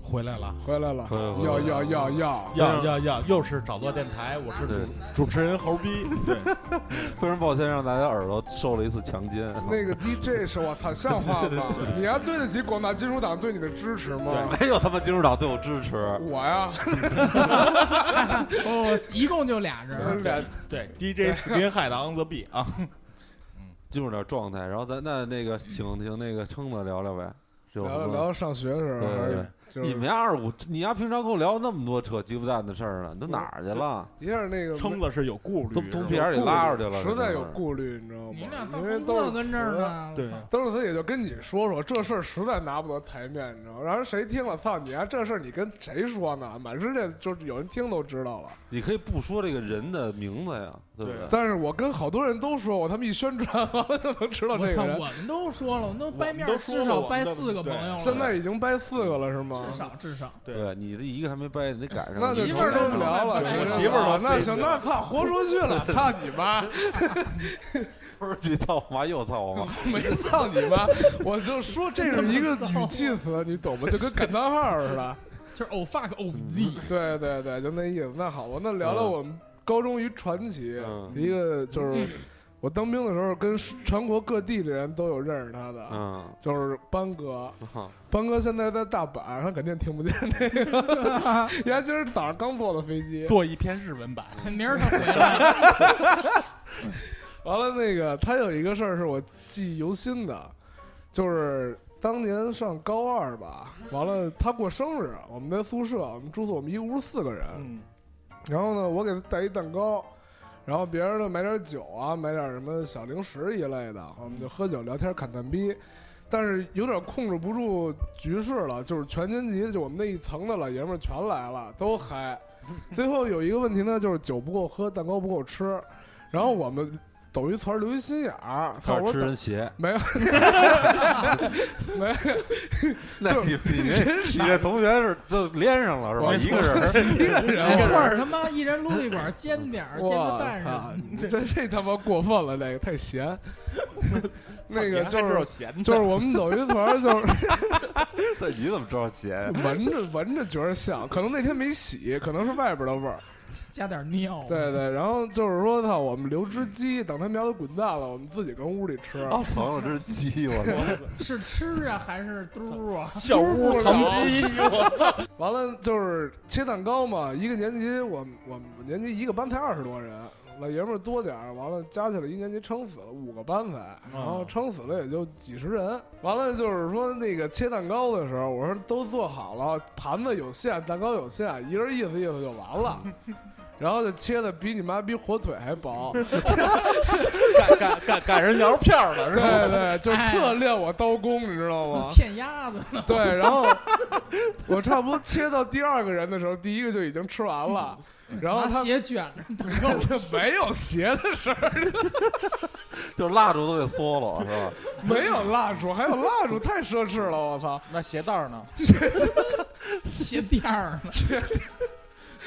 回来了，回来了回来，回来要要要要，要要要，又是找错电台，我是对主主持人猴逼，对，非常抱歉让大家耳朵受了一次强奸。啊那个 DJ 是我操，像话吗？你还对得起广大金属党对你的支持吗？没有他妈金属党对我支持，我呀，哦，一共就俩人，俩对 DJ Skin High 的 On the B 啊，进入点状态。然后咱那那个请请那个撑子聊聊呗，有什聊么聊上学的时候对还对是对就是你们家二五，你家平常跟我聊那么多扯鸡巴蛋的事儿呢，你都哪儿去了？一下那个撑子是有顾虑，都是从吧屁眼里拉出去了，实在有这事儿。顾虑，你知道你们俩吗？到因为工都作是跟这儿词呢，对，德鲁斯也就跟你说说这事儿，实在拿不到台面，你知道吗？然后谁听了，操你啊！这事儿你跟谁说呢？满世界就是有人听都知道了。你可以不说这个人的名字呀，对不对但是我跟好多人都说，我他妈一宣传，完了就能知道我这操，个人。我们都说了，我们都掰面我们都说了至少掰四个我们都朋友了，现在已经掰四个了，是吗？至少至少，对对，你这一个还啊没掰，你得赶上。那就媳妇儿都不聊了，啊对我媳妇儿都那行，那操，豁出去了，操你妈，不是去操我妈又操我妈，没操你妈，我就说这是一个语气词，你懂吗？就跟感叹号似的。就是 oh fuck oh 嗯 z， 对对对，就那意思。那好吧，那聊聊我们高中与传奇，嗯一个 就是我当兵的时候，跟全国各地的人都有认识他的，嗯，就是班哥。啊班哥现在在大阪，他肯定听不见这个。 人家今儿早上刚坐的飞机，做一篇日文版，明儿他回 来了，完了那个他有一个事儿是我记忆犹新的，就是。当年上高二吧，完了他过生日，我们在宿舍，我们住宿，我们一屋四个人，嗯，然后呢，我给他带一蛋糕，然后别人呢买点酒啊，买点什么小零食一类的，我们就喝酒聊天砍蛋逼。但是有点控制不住局势了，就是全年级就我们那一层的老爷们儿全来了，都嗨。最后有一个问题呢，就是酒不够喝，蛋糕不够吃，然后我们抖一团儿留一心眼儿，操开我始吃抖人鞋。没有没有， 那就你你这你这同学是就连上了是吧？我一个人， 一会哎儿他妈一人撸一管，煎点 儿，煎哇个蛋靠什么的，这这他妈过分了，这个太闲。那个就还知道是闲的就是我们抖音团儿就是 对，你怎么啊知道鞋？闻着闻着觉得像，可能那天没洗，可能是外边的味儿。加点尿，对对，然后就是说操，我们留只鸡，等他苗都滚蛋了，我们自己跟屋里吃。啊，朋友，这是鸡，我操！是吃啊还是嘟 啊？小屋藏鸡，哦我完了就是切蛋糕嘛，一个年级我们我们年级一个班才二十多人，老爷们儿多点儿，完了加起来一年级撑死了五个班才，然后撑死了也就几十人。完了就是说那个切蛋糕的时候，我说都做好了，盘子有限，蛋糕有限，一人意思意思就完了。然后就切的比你妈逼火腿还薄， 赶赶赶赶上羊肉片儿了是对吧？对，就是特练我刀工，你知道 吗？骗鸭子呢？对，然后我差不多切到第二个人的时候，第一个就已经吃完了，然后拿他鞋卷 着蛋糕这没有鞋的事儿，就是蜡烛都得缩了，是吧？没有蜡烛，还有蜡烛太奢侈了，我操！那鞋带儿呢？鞋垫 儿呢，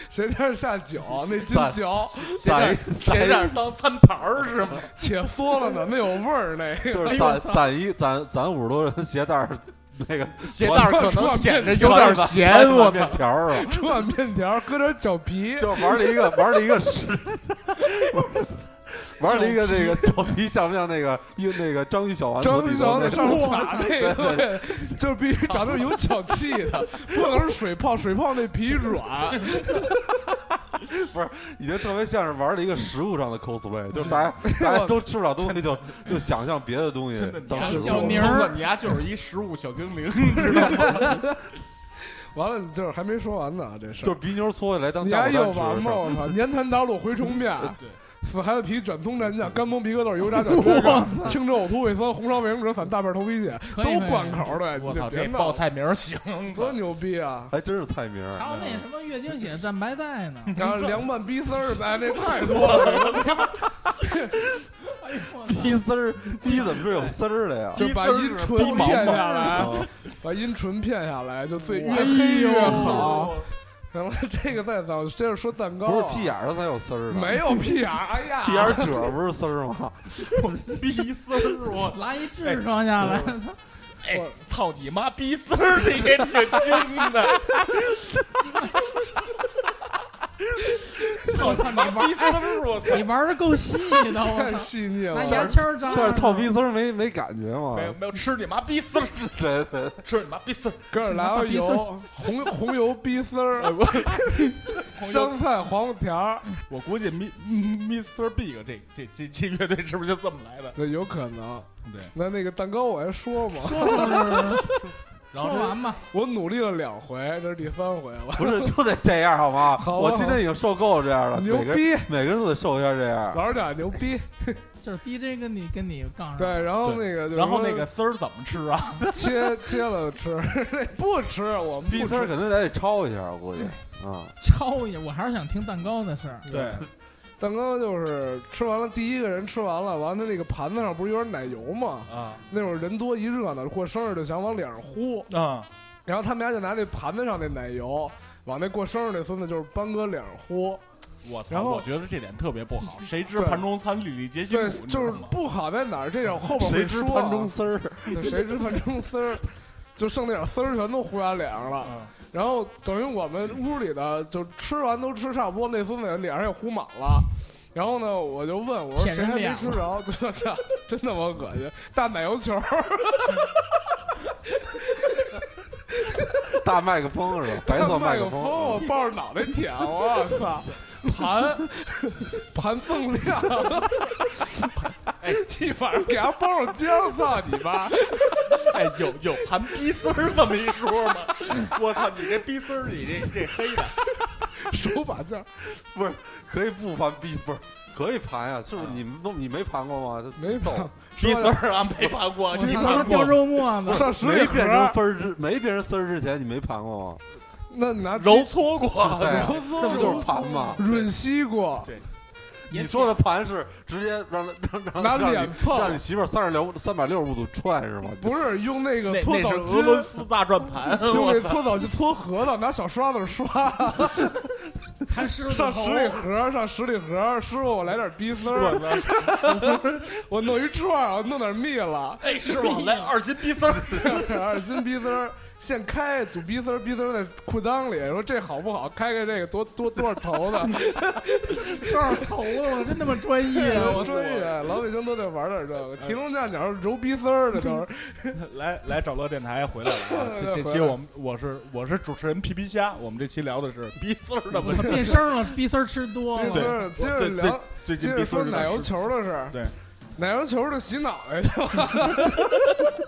鞋垫儿下脚，那 金咱脚带攒鞋带儿当餐盘儿是吗？且缩了呢，那有味儿那个。就是攒攒一攒攒五十多人鞋带儿，那个哎鞋带儿可能舔着有点咸，攒我面操！条儿啊，吃碗面条，搁点脚皮，就玩了一个玩了一个是，玩了一个那个脚皮像不像那个一那个章鱼小丸子张里头小那在上种？面撒那个东西，就是必须长得有脚气的，不能是水泡，水泡那皮软。不是，你就特别像是玩了一个食物上的 cosplay，就 是大家大家都吃不了东西就 就想象别的东西当长食小物。泥撑儿子，你丫就是一食物小精 灵，知道吗？完了，就是还没说完呢，这事 就儿是。鼻妞搓下来当你酱还油有蛋吃完是吗？吧，我 操！粘痰打卤蛔虫面，死孩子皮卷葱蘸酱，干崩皮疙瘩油炸 饺子，清蒸呕吐胃酸，红烧卫生纸散大便头皮屑，可以都可以灌口对，我你操，别这闹报菜名儿行，多牛逼啊！还真是菜名儿。还有那什么月经血蘸白带呢？然后啊凉拌逼丝儿， 哎，这太多了，哎呦我操！逼丝儿，逼怎么是有丝儿的呀？就把阴唇逼毛骗毛下来，啊把阴唇骗下来，就最越哎黑越呦好。哦然后这个再早，接着说蛋糕，啊不是屁，眼儿才有丝儿哦的，没有屁眼儿，哎呀，屁眼儿 褶儿不是丝儿吗？啊逼丝儿，我拉一痔疮下来，哎，操你妈逼丝儿，这也挺精的。我操，你玩逼丝儿，啊我 操！你玩的够细的，我太操！细腻拿了。牙签儿扎着呢，但是套皮丝儿没没感觉嘛没？有没有，吃你妈逼丝儿，对对，吃你妈逼丝儿。哥尔拿个什油，红红油逼丝儿，哎 香菜黄瓜条儿，我估计嗯 Mi Mr Big 啊这这这这乐队是不是就这么来的？对，有可能。对，那那个蛋糕我还说嘛，然后说完吧，我努力了两回，这是第三回了。不是就得这样好吗？好啊我今天已经受够这啊样了，牛每个人逼，每个人都得受一下这样。老实点，牛逼。就是 DJ 跟你跟你杠上，对，然后那对个就是说，然后那个丝儿怎么吃啊？切切了吃，不吃我们逼不丝儿吃。肯定得抄一下，我 估计啊，超一下，我还是想听蛋糕的事儿。对，蛋糕就是吃完了，第一个人吃完了，完了那个盘子上不是有点奶油吗？啊那会儿人多一热闹，过生日就想往脸上呼，啊，然后他们家就拿那盘子上那奶油往那过生日那孙子就是搬哥脸上呼，我然操！后我觉得这点特别不好。谁知对盘中餐，粒粒皆辛对苦，，你知就是道吗不好在哪儿，这种后边谁会知说啊盘中丝儿？ 对谁知盘中丝儿，就剩那点丝儿全都呼他脸上了。嗯然后等于我们屋里的就吃完都吃差不多，那孙子脸上也糊满了。然后呢，我就问我说舔谁人还没脸吃着？ 对我操，真他妈恶心！大奶油球儿，大麦克风是吧？白色大麦麦克克风，我风，嗯抱着脑袋舔，我操！盘盘锃亮，哎，一晚上给他包上浆，操你妈！ 哎，有有盘逼丝儿这么一说吗？我操！你这逼丝儿，你这这黑的，手把件儿不是可以不盘逼，不是可以盘呀？是不是你们都你没盘过吗？没懂，懂，逼丝儿啊，没盘过，我你操，盘他掉过？肉沫子，上十没里变河成儿，丝儿之没变成丝儿之前，你没盘过吗？那你拿揉搓过，对呀揉丝儿那不就是盘吗？润西瓜，你说的盘是直接让 让让拿让你脸蹭让你媳妇儿三十六三百六十五度踹是吗？不是用那个那搓那澡是俄巾，罗斯大转 盘，用我那操！搓澡巾搓核桃，拿小刷子刷，弹狮子上头十，里河，上十里河，师傅我来点逼丝我儿，操！ 我弄一串儿，我弄点蜜了，哎，师 傅，来二斤逼丝儿。 二斤逼丝儿。现开堵逼丝儿，逼丝儿在裤裆里，说这好不好？开开这个多多多少头 的，多少头了？我真他妈专业哎 啊！我专业，哎老北京都得玩点这个。提笼架鸟揉逼丝儿的 都是，来来找乐电台回来了啊！ 这这期我们我是我是主持人皮皮虾，我们这期聊的是逼丝儿的问操题。变声了，逼丝儿吃多逼了丝。 对儿。接着最聊，最近接逼着丝说儿奶油球的事儿。对，奶油球是洗脑袋去了。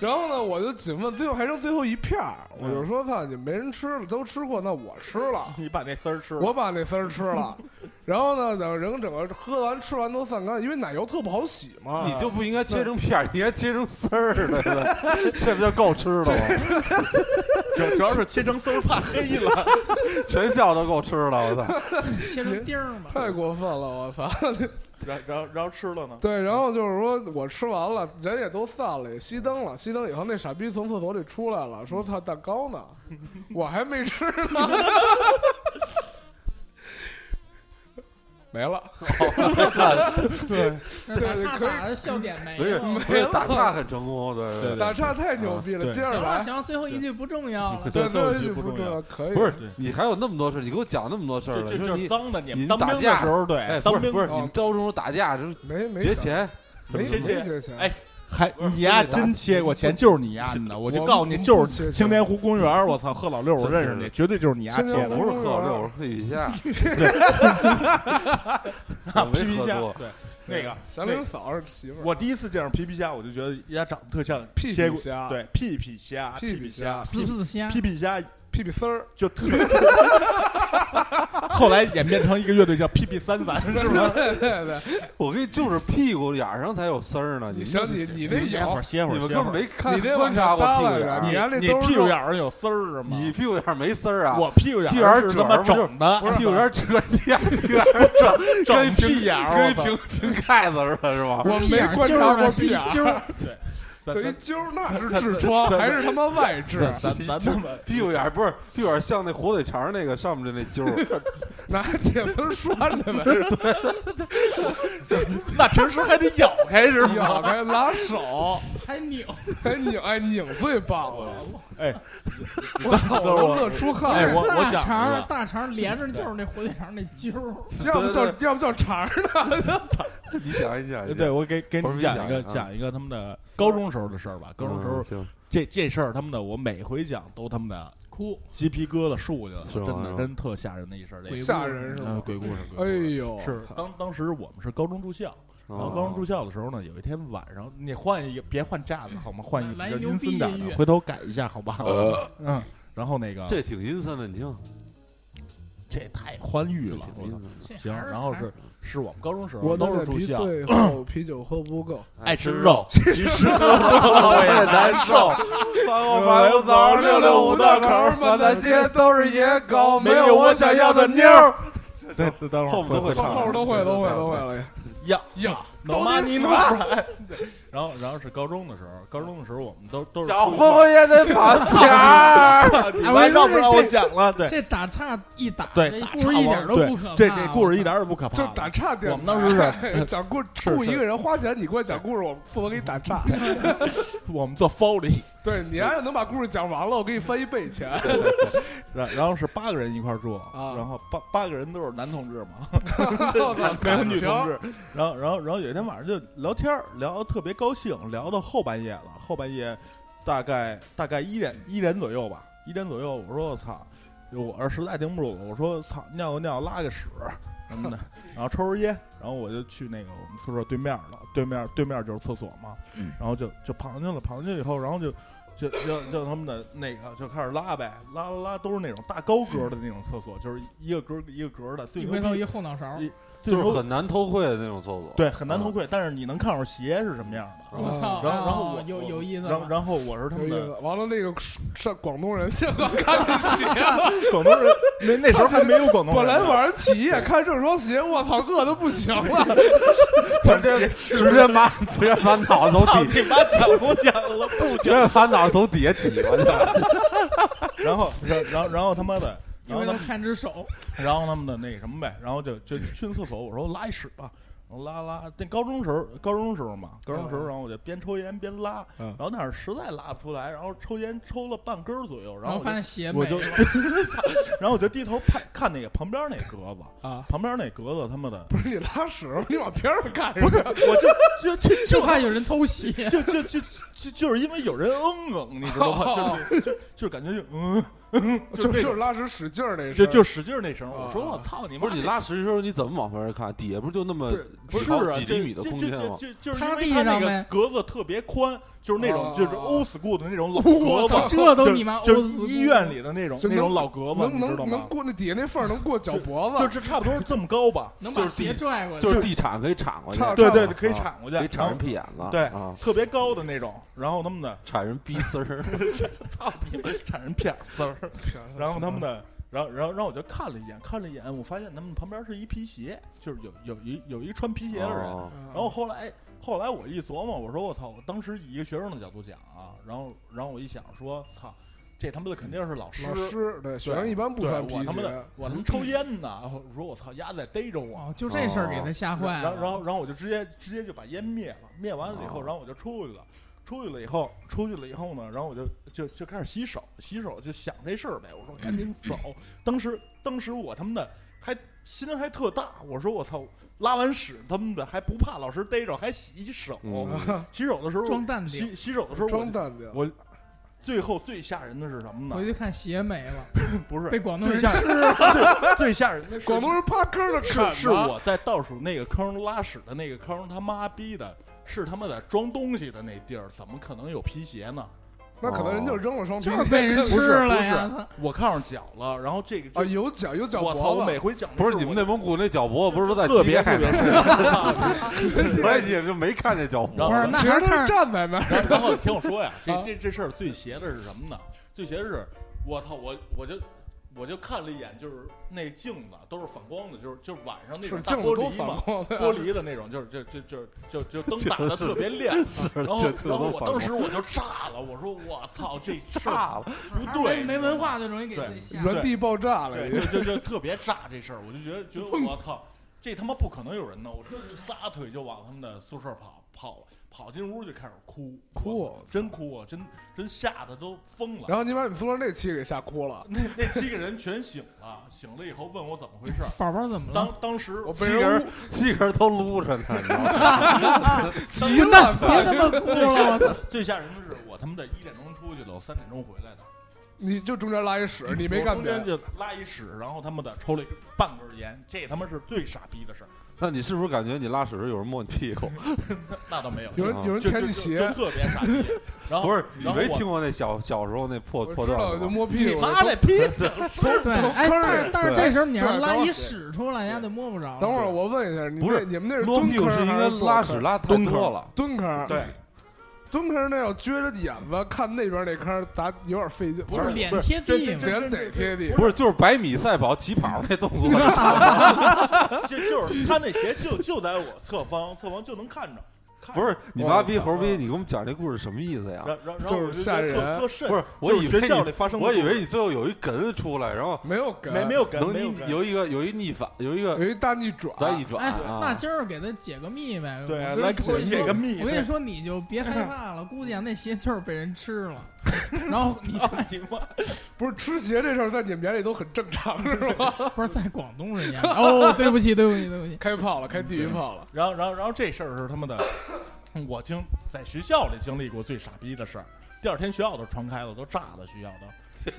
然后呢，我就紧问，最后还剩最后一片儿，我就说：“操，你没人吃了，都吃过，那我吃 了，你把那丝儿吃了，我把那丝儿吃了。”然后呢，等人整个喝完吃完都散干，因为奶油特不好洗嘛。你就不应该切成片儿，你应该切成丝儿的，这不就够吃了吗？主主要是切成丝儿怕黑了。 全校都够吃了，我操！切成丁儿嘛。太过分了，我操！然然后然后吃了呢？对，然后就是说我吃完了，人也都散了，也熄灯了。熄灯以后，那傻逼从厕所里出来了，说：“他蛋糕呢？我还没吃呢。”没了，哎那打岔打的笑点没不是了。不是打岔很成功，对对打岔太牛逼了，对接行着了来。行了，最后一句不重要 了。对，最后一句句不不重要，可以。不是对你还有那么多事儿，你给我讲那么多事儿就了，就说就是你脏的，你你们们当打兵的架时候对哎，当不是兵不是哦你们高中打架是没没节钱，钱，没切没钱节钱。哎还你呀，真切过钱就是你呀的，我就我告诉你，就我是不青年湖公园，我操，贺老六我认识你，绝对就是你呀青切年的湖。不是喝六，我是喝 雨下，我没 皮皮喝虾多，对那个祥那林嫂是媳妇儿，我第一次见着皮皮虾，我就觉得丫长得特像屁切屁过虾对，屁屁虾，屁屁屁虾虾，是不是虾？屁屁虾屁屁丝儿。就特。 后来演变成一个乐队叫屁屁三 咱，是吧？对对对，我跟你就是屁股眼儿上才有丝儿呢，你你们想你你那歇会小儿，，歇会你儿，们根本歇会儿。没看你这观察过屁股眼往上儿，你家那你兜儿屁股肉眼儿上有丝儿是吗？你屁股眼儿没丝儿啊？我啊屁股眼屁股眼儿儿是褶他妈儿不就是整的，屁股眼儿折，你家屁股眼儿整整跟一屁瓶眼儿跟一我操瓶瓶盖子似的，是吧？我屁没眼儿观揪察儿过了屁是眼啊一儿揪。儿，就一揪儿，那是痔疮，还是他妈外痔？咱咱咱们屁股眼儿不是屁股眼儿像那火腿肠儿那个上面的那揪儿， 拿铁丝拴着呗， 那平时还得咬开是咬吗？开拉手，还拧，哎拧哎拧最棒了！哎，我操，等会儿我乐出汗。哎我我大讲肠一儿个大肠儿连着就是那火腿肠儿那揪 儿，要不叫要不叫肠儿呢？你讲一讲，对，我给给我说你你讲讲一个一个啊讲一个他们的高中时候的事儿吧。高中时候嗯行，这这事儿他们的，我每回讲都他们的哭。鸡皮疙瘩竖起来了，是吗真是的吗真特吓人的一事儿。这个吓人是呃吗？鬼故事，哎鬼故事呦，是当当时我们是高中住校，然后哦高中住校的时候呢，有一天晚上，你换一个，别换架子好吗？换一来个一牛阴逼森点音的，乐回头改一下好吧？嗯，然后那个呃这挺阴森的，你听，这太欢愉了，挺我阴操森的。这行，还然后还是是我们高中时候我都那是啊住啤校， 最后啤酒喝不够，爱吃肉，其实 喝多了我我也也难难受。饭后排骨早上六六五道口，满大街都是野狗，没有我想要的妞儿。对，等会儿后面都会后后边都会都会都会呀了。呀呀， ，no money no friend。然 后然后是高中的时候，高中的时候我们都都是小住混混也得跑偏。校，你还让不让我讲了？对这打岔一打，对，这打故事岔王一点都对不可怕。这这故事一我点儿也不可怕，就打岔点。哎我们当时是讲故是雇是一个人花钱，你给我讲故事，我负责给你打 岔。我们做 folly，对你要是能把故事讲完了，我给你翻一倍钱。然然后是八个人一块儿住，啊然后八八个人都是男同志嘛， 没没有女 同志。然后然后然后有一天晚上就聊天儿，聊得特别高兴，聊到后半夜了，后半夜大概大概一点一点左右吧，一点左右，我说我操，我是实在顶不住了，我说操，尿个尿，拉个屎什 么的，然后抽根烟，然后我就去那个我们厕所对面了，对面对面就是厕所嘛，嗯然后就就跑进去了，跑进去以后，然后就。就就就他们的那个就开始拉呗，拉拉拉都是那种大高格的那种厕所，就是一个格一个格的，最一牛回头一逼，后脑勺儿，一最就是牛很难偷窥的那种厕所。对，很难偷窥，但是你能看着鞋是什么样的。我操！哦然后，然后啊我有有意思了，然后然后我是他有们意的思。完了，那个上广东人现在看这鞋了， 广东人，那那时候还没有广东人 本呢。来晚上起夜看这双鞋，我操，饿的不行了。 直接直接把直接把脑子操啊从底，你妈讲不讲了？不直接把脑子从底下挤过去。 然后然然后然后他妈的，一然后回他头们看只手，然后他们的那个什么呗，然后就就去厕所，我说拉一屎吧。然后拉拉，那高中时候，高中时候嘛，高中时候，然后我就边抽烟边拉，嗯然后但是实在拉不出来，然后抽烟抽了半根儿左右，然然后后我发就现鞋我没就了。， 然后我就低头看看那个旁边那格子啊旁边那格子他妈的，不是你拉屎，你往边上干什不么是，？我就就就就就怕有人偷鞋，就就就就就是因为有人嗯嗯，你知道吗？ 就是就就是感觉就嗯嗯，就就那种是拉屎使劲儿那就声，就使劲儿那声儿，啊我说我操你妈！不是你拉屎的时候，你怎么往回看？底下不是就那么不几是毫啊，几就厘米的就空就间就吗？就就是趴因为地它那上个呗格子特别宽，就是那种啊就是啊 old school 的那种老我格操，子，这都就你妈就 old 是 school 医院里的那种就那能种老格子，能你知道能能吗？过那底下那缝儿能过脚脖子，就是差不多是这么高吧，能就把是地鞋拽过去，就是地铲可以铲过去，差对差不对，多可以啊铲过去，可以铲然后人屁眼子，对啊，特别高的那种，然后他们的铲人逼 丝儿。操你们铲人片丝 儿，啊然后他们的，然后然后然后我就看了一眼，看了一眼，我发现他们旁边是一皮鞋，就是有有一有一穿皮鞋的人。哦嗯然后后来后来我一琢磨，我说我操，我当时以一个学生的角度讲啊，然后然后我一想说，操，这他妈的肯定是老师。老师对学对生一般不对穿皮我他妈鞋的，我他妈抽烟呢，然后我说我操，丫在逮着我。哦，就这事儿给他吓坏哦然了。后然后然后我就直接直接就把烟灭了，灭完了以后，哦然后我就出去了。出去了以后，出去了以后呢，然后我就就就开始洗手，洗手就想这事儿呗。我说赶紧 走。当时当时我他妈的还心还特大，我说我操，拉完屎他妈的还不怕老师逮着，还洗手。 嗯洗手的时候装淡定洗洗手的时候我装就淡定。我最后最吓人的是什么回呢？去看鞋没了，不是被广东人最吓 吃人了。最吓人的是广东人趴坑上是啃是呢我在倒数那个坑拉屎的那个坑，他妈逼的，是他妈的装东西的那地儿，怎么可能有皮鞋呢？那可能人就扔了双皮就鞋，是被人不吃哦是不了呀！是他，我看上脚了，然后这个啊，有脚有脚我操，我脖每子，回讲不是你们内蒙古那脚脖，不是说在特西别边特 别，哎所以你也就没看见脚脖。 然不是，后那其实还是他看是站在那儿，然后然后你听我 说呀，这啊这这事儿最邪的是什么呢？最邪的是，我操，我我就。我就看了一眼，就是那镜子都是反光的，就是就是晚上那种是大镜玻子都璃反嘛，光的。玻璃的那种，就是就就就就就灯打的 特别亮，然然后然后我当时我就炸了，我说我操，这事儿炸了，不还是对，没没文化就容易给对自己吓。原地爆炸了，对，已经就就就特别炸这事儿，我就觉得觉得我操，这他妈不可能有人呢！我真是撒腿就往他们的宿舍跑，跑跑进屋就开始哭，哭我操真哭啊，真真吓得都疯了。然后你把你们宿舍那期给吓哭了，那那七个人全醒了，醒了以后问我怎么回事儿。宝宝怎么当了？当时我七被个人 人七个人都撸着呢，你知道吗？ 急了， 别他妈哭最吓了，人的最吓人的是我他妈的一点钟出去的，我三点钟回来的。你就中间拉一屎，你没我干中别间的，就拉一屎，然后他妈的抽了一半根烟，这他妈是最傻逼的事儿。那你是不是感觉你拉屎时候有人摸你屁股？那倒没有，有人啊有人就舔就你就鞋就，特别傻 逼。然后不是，你然后没我听过那小小时候那破我破知段道儿我就吗？摸屁你股，妈的逼整从对，从哎，坑里但是。但对是这时候你要对拉等会一儿屎出来，人家就摸不着了。等会儿我问一下，你不是那你们那是摸蹲屁股坑是应还该坐拉坑屎拉太蹲啊坑多了，蹲坑，对，蹲坑那要撅着眼子看那边那坑，咱有点费劲，就是脸不是贴地嘛这，人得贴地。不是就是百米赛跑起跑那动作， 就就是他那鞋就就在我侧方，侧方就能看着。看着不是你妈逼猴逼，你给我们讲这故事什么意思呀？然然然后就是我觉得吓人特特瘆不是，我就是以为学你校里发生过我以故事为你最后有一哏出来，然后没有梗，没没有跟能没有逆跟有一个有一逆反，有一个有一大逆转，咱一转哎，那啊，今儿给他解个密呗。对我觉得来我跟你解说个密我跟对你说，你就别害怕了，估计啊那鞋就是被人吃了。然后你看，你妈不是吃鞋这事儿在你们眼里都很正常是吧？不是在广东人家哦，对不起，对不起，对不起。开炮了，开地狱炮了，然后，然后，然后这事儿是他妈的，我经在学校里经历过最傻逼的事儿。第二天学校都传开了，都炸了学校 都。学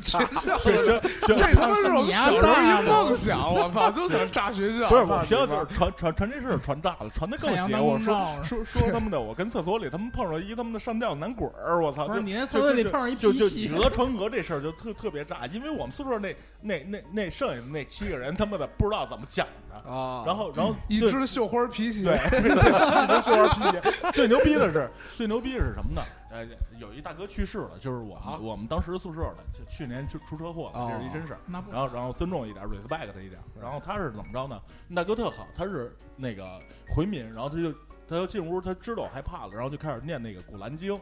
校学学学这他妈是我们小时候你要炸一了梦想，我操，就想炸学 校，不是炸我学校你妈就是传传传这事儿传炸了，传的更海洋邪当乎。我空说照说说他们的，我跟厕所里他们碰上一他们的上吊男鬼儿，我操！不是就你那就厕所里就碰上一就皮就以鞋讹传讹这事儿就特特别炸，因为我们宿舍那那那那剩下的那七个人他妈的不知道怎么讲的，啊，然后然后一就 只绣花皮鞋，对，这是玩脾气。最牛逼的是，最牛逼的是什么呢？呃，有一大哥去世了，就是我们、啊我们当时宿舍的，就去年出出车祸了，哦这是一真事儿。那不然后然后尊重一点，respect 他一点。然后他是怎么着呢？那大哥特好，他是那个回民，然后他就他就进屋，他知道我害怕了，然后就开始念那个《古兰经》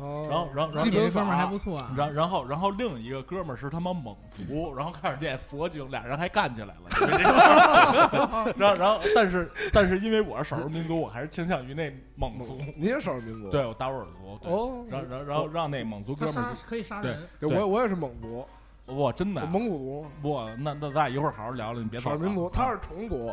哦然后然后然基后你本这哥们儿还法不错啊。然然后然后另一个哥们儿是他妈蒙 族，然后开始念佛经，俩人还干起来了因为这 个。然后然后，但是但是因为我是少数民族，我还是倾向于那蒙族。 你也少数民族，对，我达斡尔族。对哦然后然后然后让那蒙族他哥们杀儿去，可以杀人，对，对我我也是蒙族，哇，真的我啊，蒙古族，哇，那那咱俩一会儿好好聊聊，你别啊少走。数民族，他是虫 族，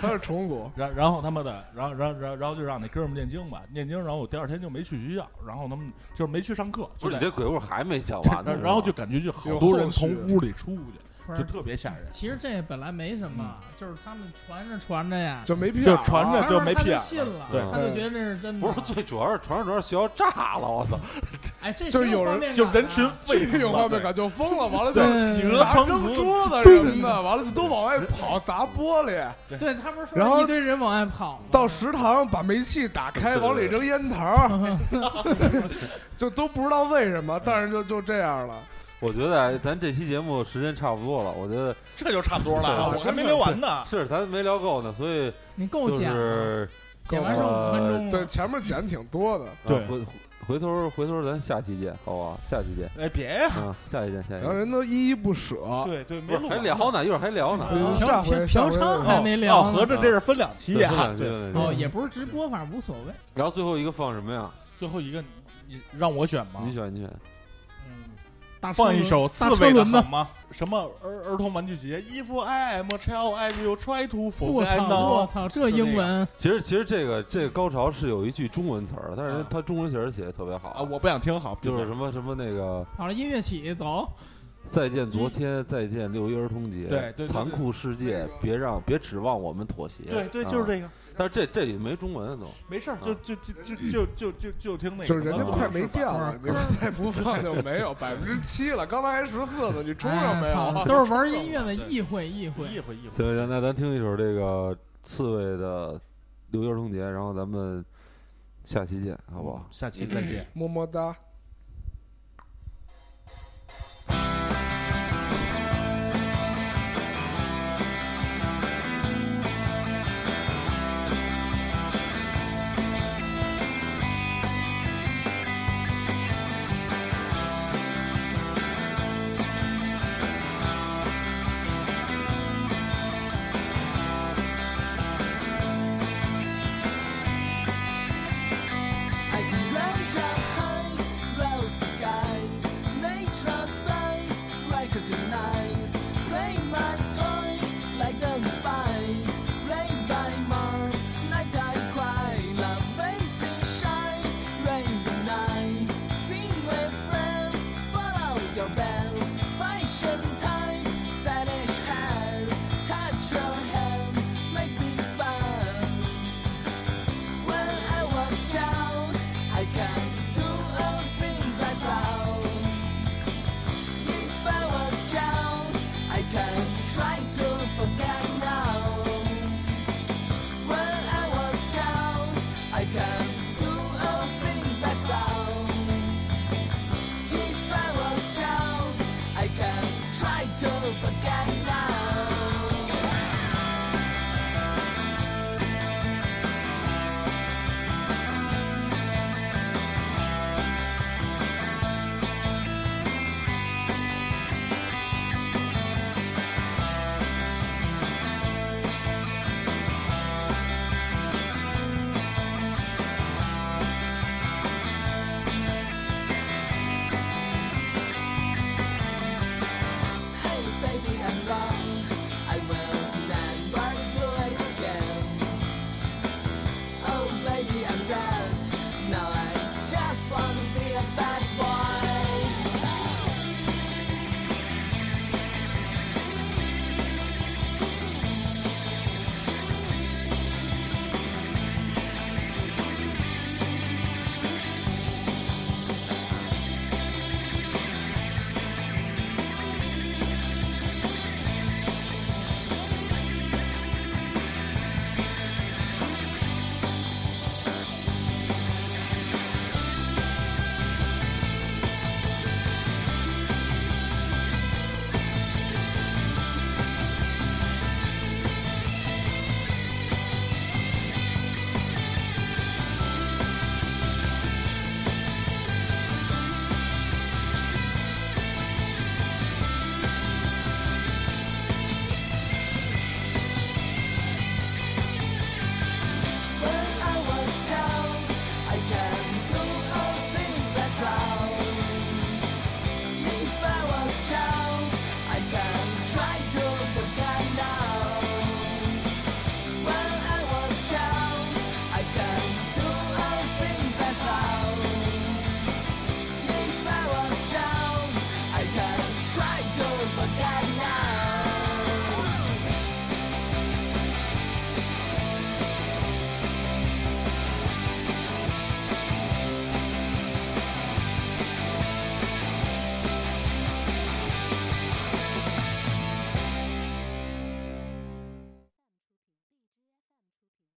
他是虫族，然然后他妈的，然后然后然后然后就让那哥们儿念经吧，念经，然后我第二天就没去学校，然后他们就是没去上课，不就是在你这鬼故事还没 讲完呢然，然后就感觉就好有多后人续从屋里出去，不。就是特别吓人。其实这本来没什么，就是他们传着传着呀，就没屁就眼儿传着啊传就着没他屁眼儿信了对，他就觉得这是真的。不是最主要是传说主要学校炸了，我操！哎，这就是挺有人画面就感人的群啊沸 腾这有了画面对感就疯了，完了就对讹砸成扔讹桌子什么的，完了就都往外跑，砸玻璃，对他不是然后说一堆人往外跑吗？到食堂把煤气打开，往里扔烟头儿，就都不知道为什么，但是就就这样了。我觉得哎咱这期节目时间差不多了，我觉得这就差不多了啊，对我还没聊完呢。是咱没聊够呢，所以你够就讲了，是讲完剩五分钟了。对，前面剪挺多的，啊对回回头回头咱下期见，好吧？下期见，哎，别呀，嗯，下期见，下期然后见。人都依依不舍。对对，不没是录还完聊呢，一会儿还聊呢。嗯嫖下回嫖下嫖回娼还没哦，聊合呢，着这是分两期对分呀两。期啊对，分两期哦，也不是直播，反正无所谓。然后最后一个放什么呀？最后一个你让我选吗你？选，你选。嗯大车放一轮首刺大车猬的轮好吧，吗？什么儿儿童玩具节？If I am a child, I will try to 我 forget 操，我 now。操，这英文其实其实这个这个高潮是有一句中文词儿，但是啊它中文词儿写的特别好啊，我不想听，好，就是什么什么那个好了，音乐起走，再见昨天，再见六一儿童节，对对对对残酷世界，别让别指望我们妥协，对对，就是这。这个，但是这这里没中文啊都，没事儿，啊就就就就就就就就听那个什就么，是人家快没掉了，你是吧们再不放就没 有百分之七了。刚才还十四呢，你冲上没哎操有？啊都是玩音乐对的意会意会。意会意会。行，那咱听一首这个刺猬的六一儿童节，然后咱们下期见，好不好？下期再见。么么哒。我覆盖。